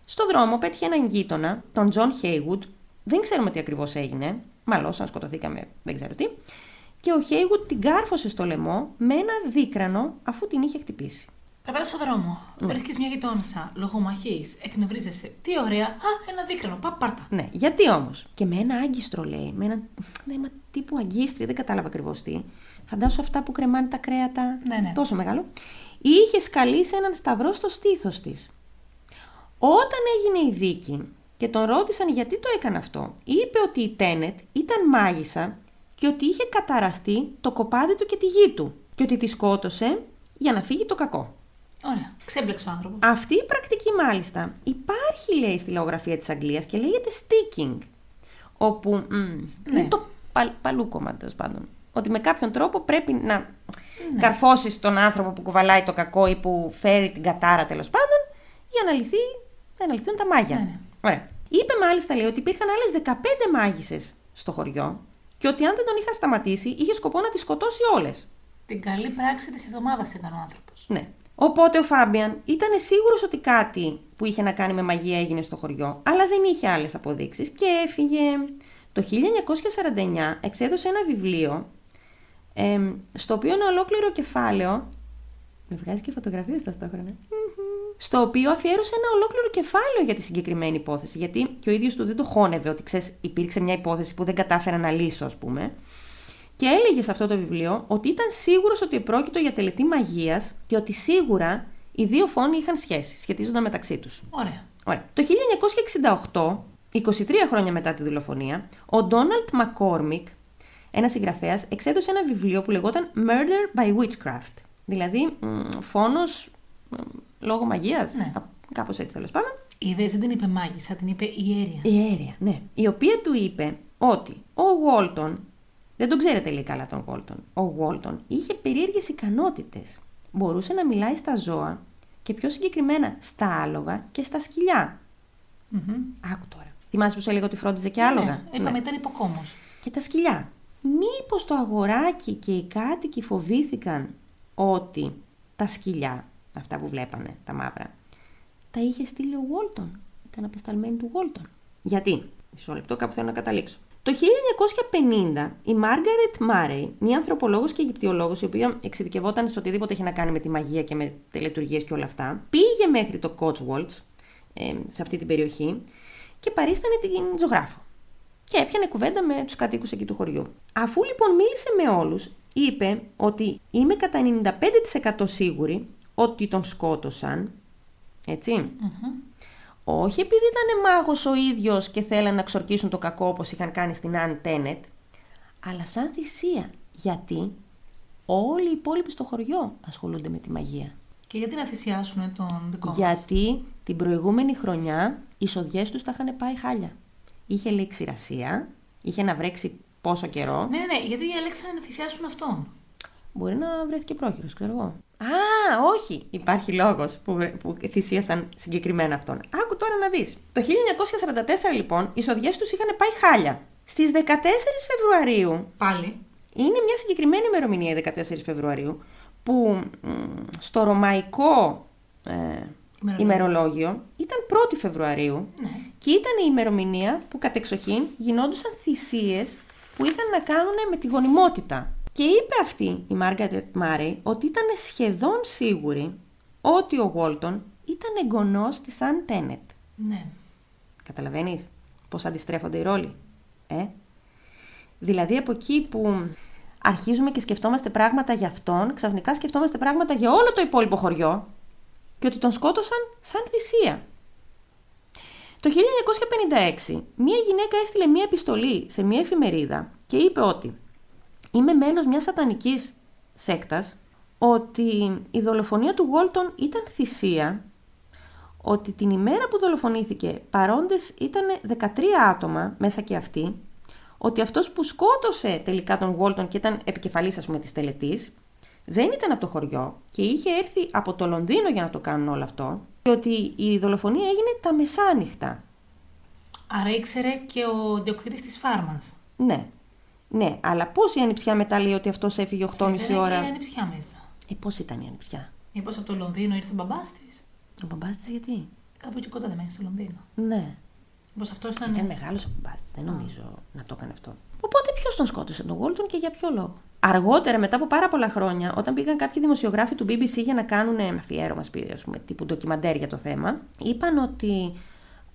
[SPEAKER 1] Στο δρόμο πέτυχε έναν γείτονα, τον Τζον Χέιγουτ. Δεν ξέρουμε τι ακριβώς έγινε. Μαλώσαν, σκοτωθήκαμε, δεν ξέρω τι. Και ο Χέιγουτ την κάρφωσε στο λαιμό με ένα δίκρανο αφού την είχε χτυπήσει.
[SPEAKER 2] Περπατά στον δρόμο.
[SPEAKER 1] Ναι.
[SPEAKER 2] Mm. Βρίσκει μια γειτόνισσα, λογομαχή, εκνευρίζεσαι. Τι ωραία. Α, ένα δίκρανο. Πά, πάρτα.
[SPEAKER 1] Ναι, γιατί όμως. Και με ένα άγκιστρο λέει. Με ένα. Ναι, μα τύπου αγκίστρι, δεν κατάλαβα ακριβώς τι. Φαντάσου αυτά που κρεμάνε τα κρέατα.
[SPEAKER 2] Ναι, ναι.
[SPEAKER 1] Τόσο μεγάλο. Είχες σκαλίσει έναν σταυρό στο στήθος της. Όταν έγινε η δίκη και τον ρώτησαν γιατί το έκανε αυτό, είπε ότι η Τένετ ήταν μάγισσα και ότι είχε καταραστεί το κοπάδι του και τη γη του. Και ότι τη σκότωσε για να φύγει το κακό.
[SPEAKER 2] Ωραία. Ξέμπλεξε ο άνθρωπος.
[SPEAKER 1] Αυτή η πρακτική μάλιστα υπάρχει λέει στη λαογραφία της Αγγλίας και λέγεται sticking. Όπου μ,
[SPEAKER 2] Ναι.
[SPEAKER 1] είναι το παλ, παλούκομα τέλος πάντων. Ότι με κάποιον τρόπο πρέπει να
[SPEAKER 2] Ναι.
[SPEAKER 1] καρφώσεις τον άνθρωπο που κουβαλάει το κακό ή που φέρει την κατάρα τέλος πάντων για να, λυθεί, να αναλυθούν τα μάγια.
[SPEAKER 2] Ναι, ναι.
[SPEAKER 1] Ωραία. Είπε μάλιστα λέει ότι υπήρχαν άλλες 15 μάγισσες στο χωριό και ότι αν δεν τον είχαν σταματήσει είχε σκοπό να τις σκοτώσει όλες.
[SPEAKER 2] Την καλή πράξη της εβδομάδας έκανε ο άνθρωπος.
[SPEAKER 1] Ναι. Οπότε ο Φάμπιαν ήταν σίγουρος ότι κάτι που είχε να κάνει με μαγεία έγινε στο χωριό, αλλά δεν είχε άλλες αποδείξεις και έφυγε. Το 1949 εξέδωσε ένα βιβλίο εμ, στο οποίο ένα ολόκληρο κεφάλαιο. Με βγάζει και φωτογραφίες ταυτόχρονα. Μμμ. Στο οποίο αφιέρωσε ένα ολόκληρο κεφάλαιο για τη συγκεκριμένη υπόθεση. Γιατί και ο ίδιος του δεν το χώνευε ότι ξέρεις, υπήρξε μια υπόθεση που δεν κατάφερα να λύσω, ας πούμε. Και έλεγε σε αυτό το βιβλίο ότι ήταν σίγουρος ότι επρόκειτο για τελετή μαγείας και ότι σίγουρα οι δύο φόνοι είχαν σχέση, σχετίζονταν μεταξύ τους.
[SPEAKER 2] Ωραία.
[SPEAKER 1] Ωραία. Το 1968, 23 χρόνια μετά τη δολοφονία, ο Ντόναλτ Μακόρμικ, ένας συγγραφέας, εξέδωσε ένα βιβλίο που λεγόταν Murder by Witchcraft. Δηλαδή, φόνο λόγω μαγείας.
[SPEAKER 2] Ναι.
[SPEAKER 1] Κάπως έτσι τέλος πάντων.
[SPEAKER 2] Είδε, δεν την είπε μάγισσα, την είπε ιέρια.
[SPEAKER 1] Η αίρια, ναι. Η οποία του είπε ότι ο Walton, δεν τον ξέρετε λέει καλά τον Walton, ο Walton είχε περίεργες ικανότητες. Μπορούσε να μιλάει στα ζώα και πιο συγκεκριμένα στα άλογα και στα σκυλιά.
[SPEAKER 2] Μμμ.
[SPEAKER 1] Άκου τώρα. Θυμάσαι που σου έλεγα ότι φρόντιζε και
[SPEAKER 2] Ναι,
[SPEAKER 1] άλογα.
[SPEAKER 2] είπαμε ήταν υποκόμος.
[SPEAKER 1] Και τα σκυλιά. Μήπως το αγοράκι και οι κάτοικοι φοβήθηκαν ότι τα σκυλιά, αυτά που βλέπανε, τα μαύρα, τα είχε στείλει ο Γόλτον. Ήταν απεσταλμένη του Γόλτον. Γιατί, μισό λεπτό, κάπου θέλω να καταλήξω. Το 1950 η Μάργαρετ Μάρεϊ, μια ανθρωπολόγος και Αιγυπτιολόγος, η οποία εξειδικευόταν σε οτιδήποτε είχε να κάνει με τη μαγεία και με τελετουργίες και όλα αυτά, πήγε μέχρι το Cotswolds, ε, σε αυτή την περιοχή, και παρίστανε την ζωγράφο. Και έπιανε κουβέντα με τους κατοίκους εκεί του χωριού. Αφού λοιπόν μίλησε με όλους, είπε ότι είμαι κατά 95% σίγουρη ότι τον σκότωσαν. Έτσι. Όχι επειδή ήταν μάγος ο ίδιος και θέλανε να ξορκίσουν το κακό όπως είχαν κάνει στην Αν Τένετ, αλλά σαν θυσία. Γιατί όλοι οι υπόλοιποι στο χωριό ασχολούνται με τη μαγεία.
[SPEAKER 2] Και γιατί να θυσιάσουν τον δικό μας.
[SPEAKER 1] Γιατί την προηγούμενη χρονιά οι σοδιές τους τα είχαν πάει χάλια. Είχε λέει ξηρασία, είχε να βρέξει πόσο καιρό.
[SPEAKER 2] Ναι, ναι, ναι, γιατί διαλέξανε να θυσιάσουν αυτόν.
[SPEAKER 1] Μπορεί να βρέθηκε πρόχειρος, ξέρω εγώ. Α, όχι! Υπάρχει λόγος που, βρε- που θυσίασαν συγκεκριμένα αυτόν. Άκου τώρα να δεις. Το 1944, λοιπόν, οι σοδιές τους είχαν πάει χάλια. Στις 14 Φεβρουαρίου
[SPEAKER 2] Πάλι.
[SPEAKER 1] είναι μια συγκεκριμένη ημερομηνία η 14 Φεβρουαρίου που μ, στο ρωμαϊκό ε,
[SPEAKER 2] Ημερολόγιο.
[SPEAKER 1] ημερολόγιο ήταν 1η Φεβρουαρίου
[SPEAKER 2] Ναι.
[SPEAKER 1] και ήταν η ημερομηνία που κατεξοχήν γινόντουσαν θυσίες που είχαν να κάνουν με τη γονιμότητα. Και είπε αυτή η Μάργαρετ Μάρεϊ ότι ήταν σχεδόν σίγουρη ότι ο Γόλτον ήταν εγγονός της Αν Τένετ.
[SPEAKER 2] Ναι.
[SPEAKER 1] Καταλαβαίνεις πώς αντιστρέφονται οι ρόλοι. Ε? Δηλαδή από εκεί που αρχίζουμε και σκεφτόμαστε πράγματα για αυτόν, ξαφνικά σκεφτόμαστε πράγματα για όλο το υπόλοιπο χωριό και ότι τον σκότωσαν σαν θυσία. Το 1956, μία γυναίκα έστειλε μία επιστολή σε μία εφημερίδα και είπε ότι «Είμαι μέλος μιας σατανικής σέκτας, ότι η δολοφονία του Γόλτον ήταν θυσία ότι την ημέρα που δολοφονήθηκε παρόντες ήταν 13 άτομα μέσα και αυτοί, ότι αυτός που σκότωσε τελικά τον Walton και ήταν επικεφαλής ας πούμε της τελετής, δεν ήταν από το χωριό και είχε έρθει από το Λονδίνο για να το κάνουν όλο αυτό και ότι η δολοφονία έγινε τα μεσάνυχτα.
[SPEAKER 2] Άρα ήξερε και ο διοκτήτης της φάρμας.
[SPEAKER 1] Ναι. Ναι, αλλά πώς η ανιψιά μετά λέει ότι αυτός έφυγε 8.30
[SPEAKER 2] Έφερε
[SPEAKER 1] ώρα.
[SPEAKER 2] Και ανιψιά μέσα.
[SPEAKER 1] Ε, πώς ήταν η ανιψιά.
[SPEAKER 2] Μήπως από το Λονδίνο ήρθε ο μπαμπάς της.
[SPEAKER 1] Ο μπαμπάς της γιατί.
[SPEAKER 2] Κάπου εκεί κοντά δεν μένει στο Λονδίνο.
[SPEAKER 1] Ναι.
[SPEAKER 2] Μήπως αυτός ήταν.
[SPEAKER 1] Ήταν μεγάλος ο μπαμπάς της, δεν νομίζω να το έκανε αυτό. Οπότε ποιος τον σκότωσε, τον Γόλτον και για ποιο λόγο. Αργότερα, μετά από πάρα πολλά χρόνια, όταν πήγαν κάποιοι δημοσιογράφοι του BBC για να κάνουν ε, αφιέρωμα, σπί- ας πούμε, τύπου ντοκιμαντέρ για το θέμα, είπαν ότι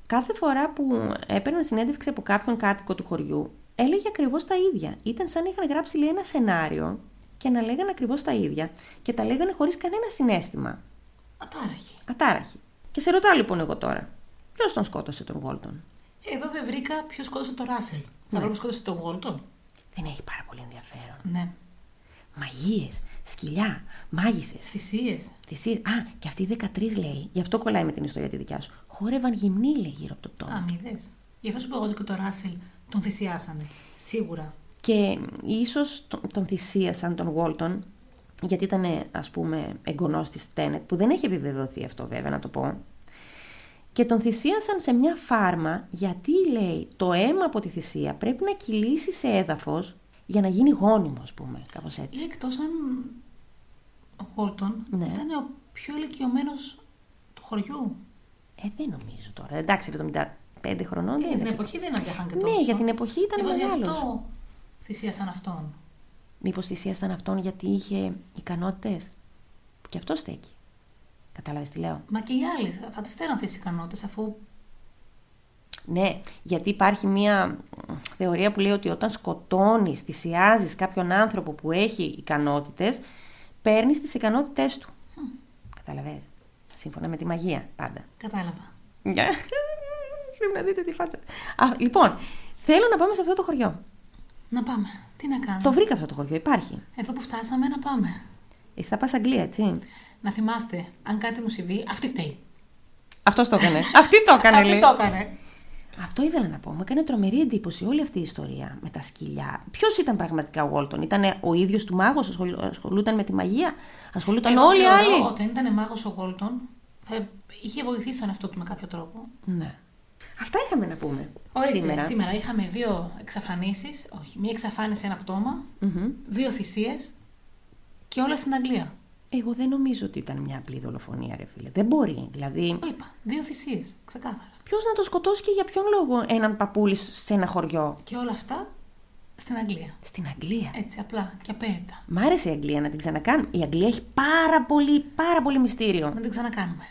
[SPEAKER 1] κάθε φορά που έπαιρναν συνέντευξη από κάποιον κάτοικο του χωριού, έλεγε ακριβώς τα ίδια. Ήταν σαν να είχαν γράψει λέει, ένα σενάριο και να λέγανε ακριβώς τα ίδια και τα λέγανε χωρίς κανένα συνέστημα.
[SPEAKER 2] Ατάραχη.
[SPEAKER 1] Ατάραχη. Και σε ρωτάω λοιπόν εγώ τώρα, ποιος τον σκότωσε τον Γόλτον.
[SPEAKER 2] Εδώ δεν Ε, βρήκα ποιος σκότωσε τον Ράσελ.
[SPEAKER 1] Ναι.
[SPEAKER 2] Θα βρω ποιο σκότωσε τον Γόλτον.
[SPEAKER 1] Δεν έχει πάρα πολύ ενδιαφέρον.
[SPEAKER 2] Ναι.
[SPEAKER 1] Μαγίε, σκυλιά, μάγισσες,
[SPEAKER 2] Θυσίες.
[SPEAKER 1] θυσίες. Α, και αυτή η 13 λέει, γι' αυτό κολλάει με την ιστορία τη δικιά σου. Χόρευαν γυμνοί, λέει, γύρω από το πτώμα.
[SPEAKER 2] Α, μη δες. Γι' αυτό σου είπα εγώ και τον Ράσελ τον θυσιάσανε. Σίγουρα.
[SPEAKER 1] Και ίσως τον, τον θυσίασαν τον Walton, γιατί ήταν, ας πούμε, εγγονός της Τένετ, που δεν έχει επιβεβαιωθεί αυτό, βέβαια, να το πω. Και τον θυσίασαν σε μια φάρμα, γιατί λέει το αίμα από τη θυσία πρέπει να κυλήσει σε έδαφος για να γίνει γόνιμο, ας πούμε, κάπως έτσι.
[SPEAKER 2] Ή εκτός αν ο Γόλτον
[SPEAKER 1] Ναι.
[SPEAKER 2] ήταν ο πιο ηλικιωμένος του χωριού.
[SPEAKER 1] Ε, δεν νομίζω τώρα. Εντάξει, 75 χρονών δεν
[SPEAKER 2] Ε,
[SPEAKER 1] είναι.
[SPEAKER 2] την
[SPEAKER 1] και
[SPEAKER 2] εποχή δεν αγκιάχαν και
[SPEAKER 1] Ναι,
[SPEAKER 2] τόσο.
[SPEAKER 1] για την εποχή ήταν
[SPEAKER 2] Μήπως γι'
[SPEAKER 1] μεγάλος.
[SPEAKER 2] αυτό θυσίασαν αυτόν.
[SPEAKER 1] Μήπως θυσίασταν αυτόν γιατί είχε ικανότητες. Που και αυτό στέκει. Κατάλαβες τι λέω.
[SPEAKER 2] Μα και οι άλλοι θα, θα τι στέλναν αυτές τις ικανότητες αφού.
[SPEAKER 1] Ναι, γιατί υπάρχει μια μ, θεωρία που λέει ότι όταν σκοτώνεις, θυσιάζεις κάποιον άνθρωπο που έχει ικανότητες, παίρνεις τις ικανότητές του. Κατάλαβες. Σύμφωνα με τη μαγεία πάντα.
[SPEAKER 2] Κατάλαβα.
[SPEAKER 1] Γεια. Πρέπει να δείτε τη φάτσα. Α, λοιπόν, θέλω να πάμε σε αυτό το χωριό.
[SPEAKER 2] Να πάμε. Τι να κάνουμε.
[SPEAKER 1] Το βρήκα αυτό το χωριό, υπάρχει.
[SPEAKER 2] Εδώ που φτάσαμε να πάμε.
[SPEAKER 1] Εσύ θα πας Αγγλία, έτσι.
[SPEAKER 2] Να θυμάστε, αν κάτι μου συμβεί, αυτή φταίει.
[SPEAKER 1] Αυτός το έκανε. Αυτή το έκανε,
[SPEAKER 2] Αυτή
[SPEAKER 1] λέει.
[SPEAKER 2] το έκανε.
[SPEAKER 1] Αυτό ήθελα να πω. Μου έκανε τρομερή εντύπωση όλη αυτή η ιστορία με τα σκυλιά. Ποιος ήταν πραγματικά ο Walton, ήταν ο ίδιος του μάγος, ασχολούταν με τη μαγεία, ασχολούταν
[SPEAKER 2] Εγώ
[SPEAKER 1] όλοι οι
[SPEAKER 2] θεωρώ,
[SPEAKER 1] άλλοι.
[SPEAKER 2] Όταν ήταν μάγος ο Γόλτον, θα είχε βοηθήσει τον εαυτό του με κάποιο τρόπο.
[SPEAKER 1] Ναι. Αυτά είχαμε να πούμε
[SPEAKER 2] Ορίστε,
[SPEAKER 1] σήμερα.
[SPEAKER 2] σήμερα. είχαμε δύο εξαφανίσεις. Όχι, μία εξαφάνιση, ένα πτώμα.
[SPEAKER 1] Μμμ.
[SPEAKER 2] Δύο θυσίες. Και όλα στην Αγγλία.
[SPEAKER 1] Εγώ δεν νομίζω ότι ήταν μια απλή δολοφονία, ρε φίλε. Δεν μπορεί. Δηλαδή,
[SPEAKER 2] Το είπα. Δύο θυσίες. Ξεκάθαρα.
[SPEAKER 1] ποιος να το σκοτώσει και για ποιον λόγο έναν παππούλη σε ένα χωριό.
[SPEAKER 2] Και όλα αυτά στην Αγγλία.
[SPEAKER 1] Στην Αγγλία.
[SPEAKER 2] Έτσι, απλά και απέριτα.
[SPEAKER 1] Μ' άρεσε η Αγγλία να την ξανακάνουμε. Η Αγγλία έχει πάρα πολύ, πάρα πολύ μυστήριο.
[SPEAKER 2] Να την ξανακάνουμε.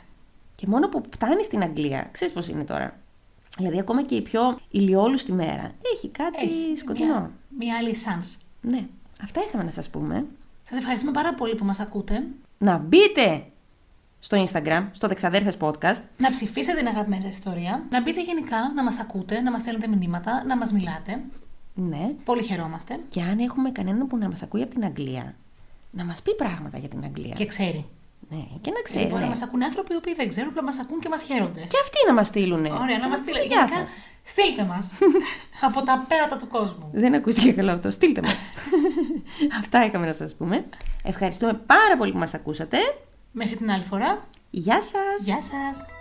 [SPEAKER 1] Και μόνο που φτάνει στην Αγγλία, ξέρεις πώς είναι τώρα. Δηλαδή, ακόμα και η πιο ηλιόλουστη μέρα έχει κάτι
[SPEAKER 2] ναι.
[SPEAKER 1] σκοτεινό.
[SPEAKER 2] Μια, μια άλλη sans.
[SPEAKER 1] Ναι. Αυτά είχαμε να σας πούμε.
[SPEAKER 2] Σας ευχαριστούμε πάρα πολύ που μας ακούτε.
[SPEAKER 1] Να μπείτε στο Instagram, στο Δεξαδέρφες Podcast.
[SPEAKER 2] Να ψηφίσετε την αγαπημένη σας ιστορία. Να μπείτε γενικά, να μας ακούτε, να μας στέλνετε μηνύματα, να μας μιλάτε.
[SPEAKER 1] Ναι.
[SPEAKER 2] Πολύ χαιρόμαστε.
[SPEAKER 1] Και αν έχουμε κανέναν που να μας ακούει από την Αγγλία, να μας πει πράγματα για την Αγγλία.
[SPEAKER 2] Και ξέρει.
[SPEAKER 1] Ναι, και να ξέρει.
[SPEAKER 2] Μπορεί
[SPEAKER 1] ναι.
[SPEAKER 2] να μας ακούνε άνθρωποι οι οποίοι δεν ξέρουν, απλά μας ακούν και μας χαίρονται.
[SPEAKER 1] Και αυτοί να μας στείλουν.
[SPEAKER 2] Ωραία, να μας στείλετε.
[SPEAKER 1] Γεια
[SPEAKER 2] Γενικά,
[SPEAKER 1] σας.
[SPEAKER 2] στείλτε μας. από τα πέρατα του κόσμου.
[SPEAKER 1] Δεν ακούστηκε καλά αυτό. Στείλτε μας. Αυτά είχαμε να σας πούμε. Ευχαριστούμε πάρα πολύ που μας ακούσατε.
[SPEAKER 2] Μέχρι την άλλη φορά.
[SPEAKER 1] Γεια σας.
[SPEAKER 2] Γεια σας.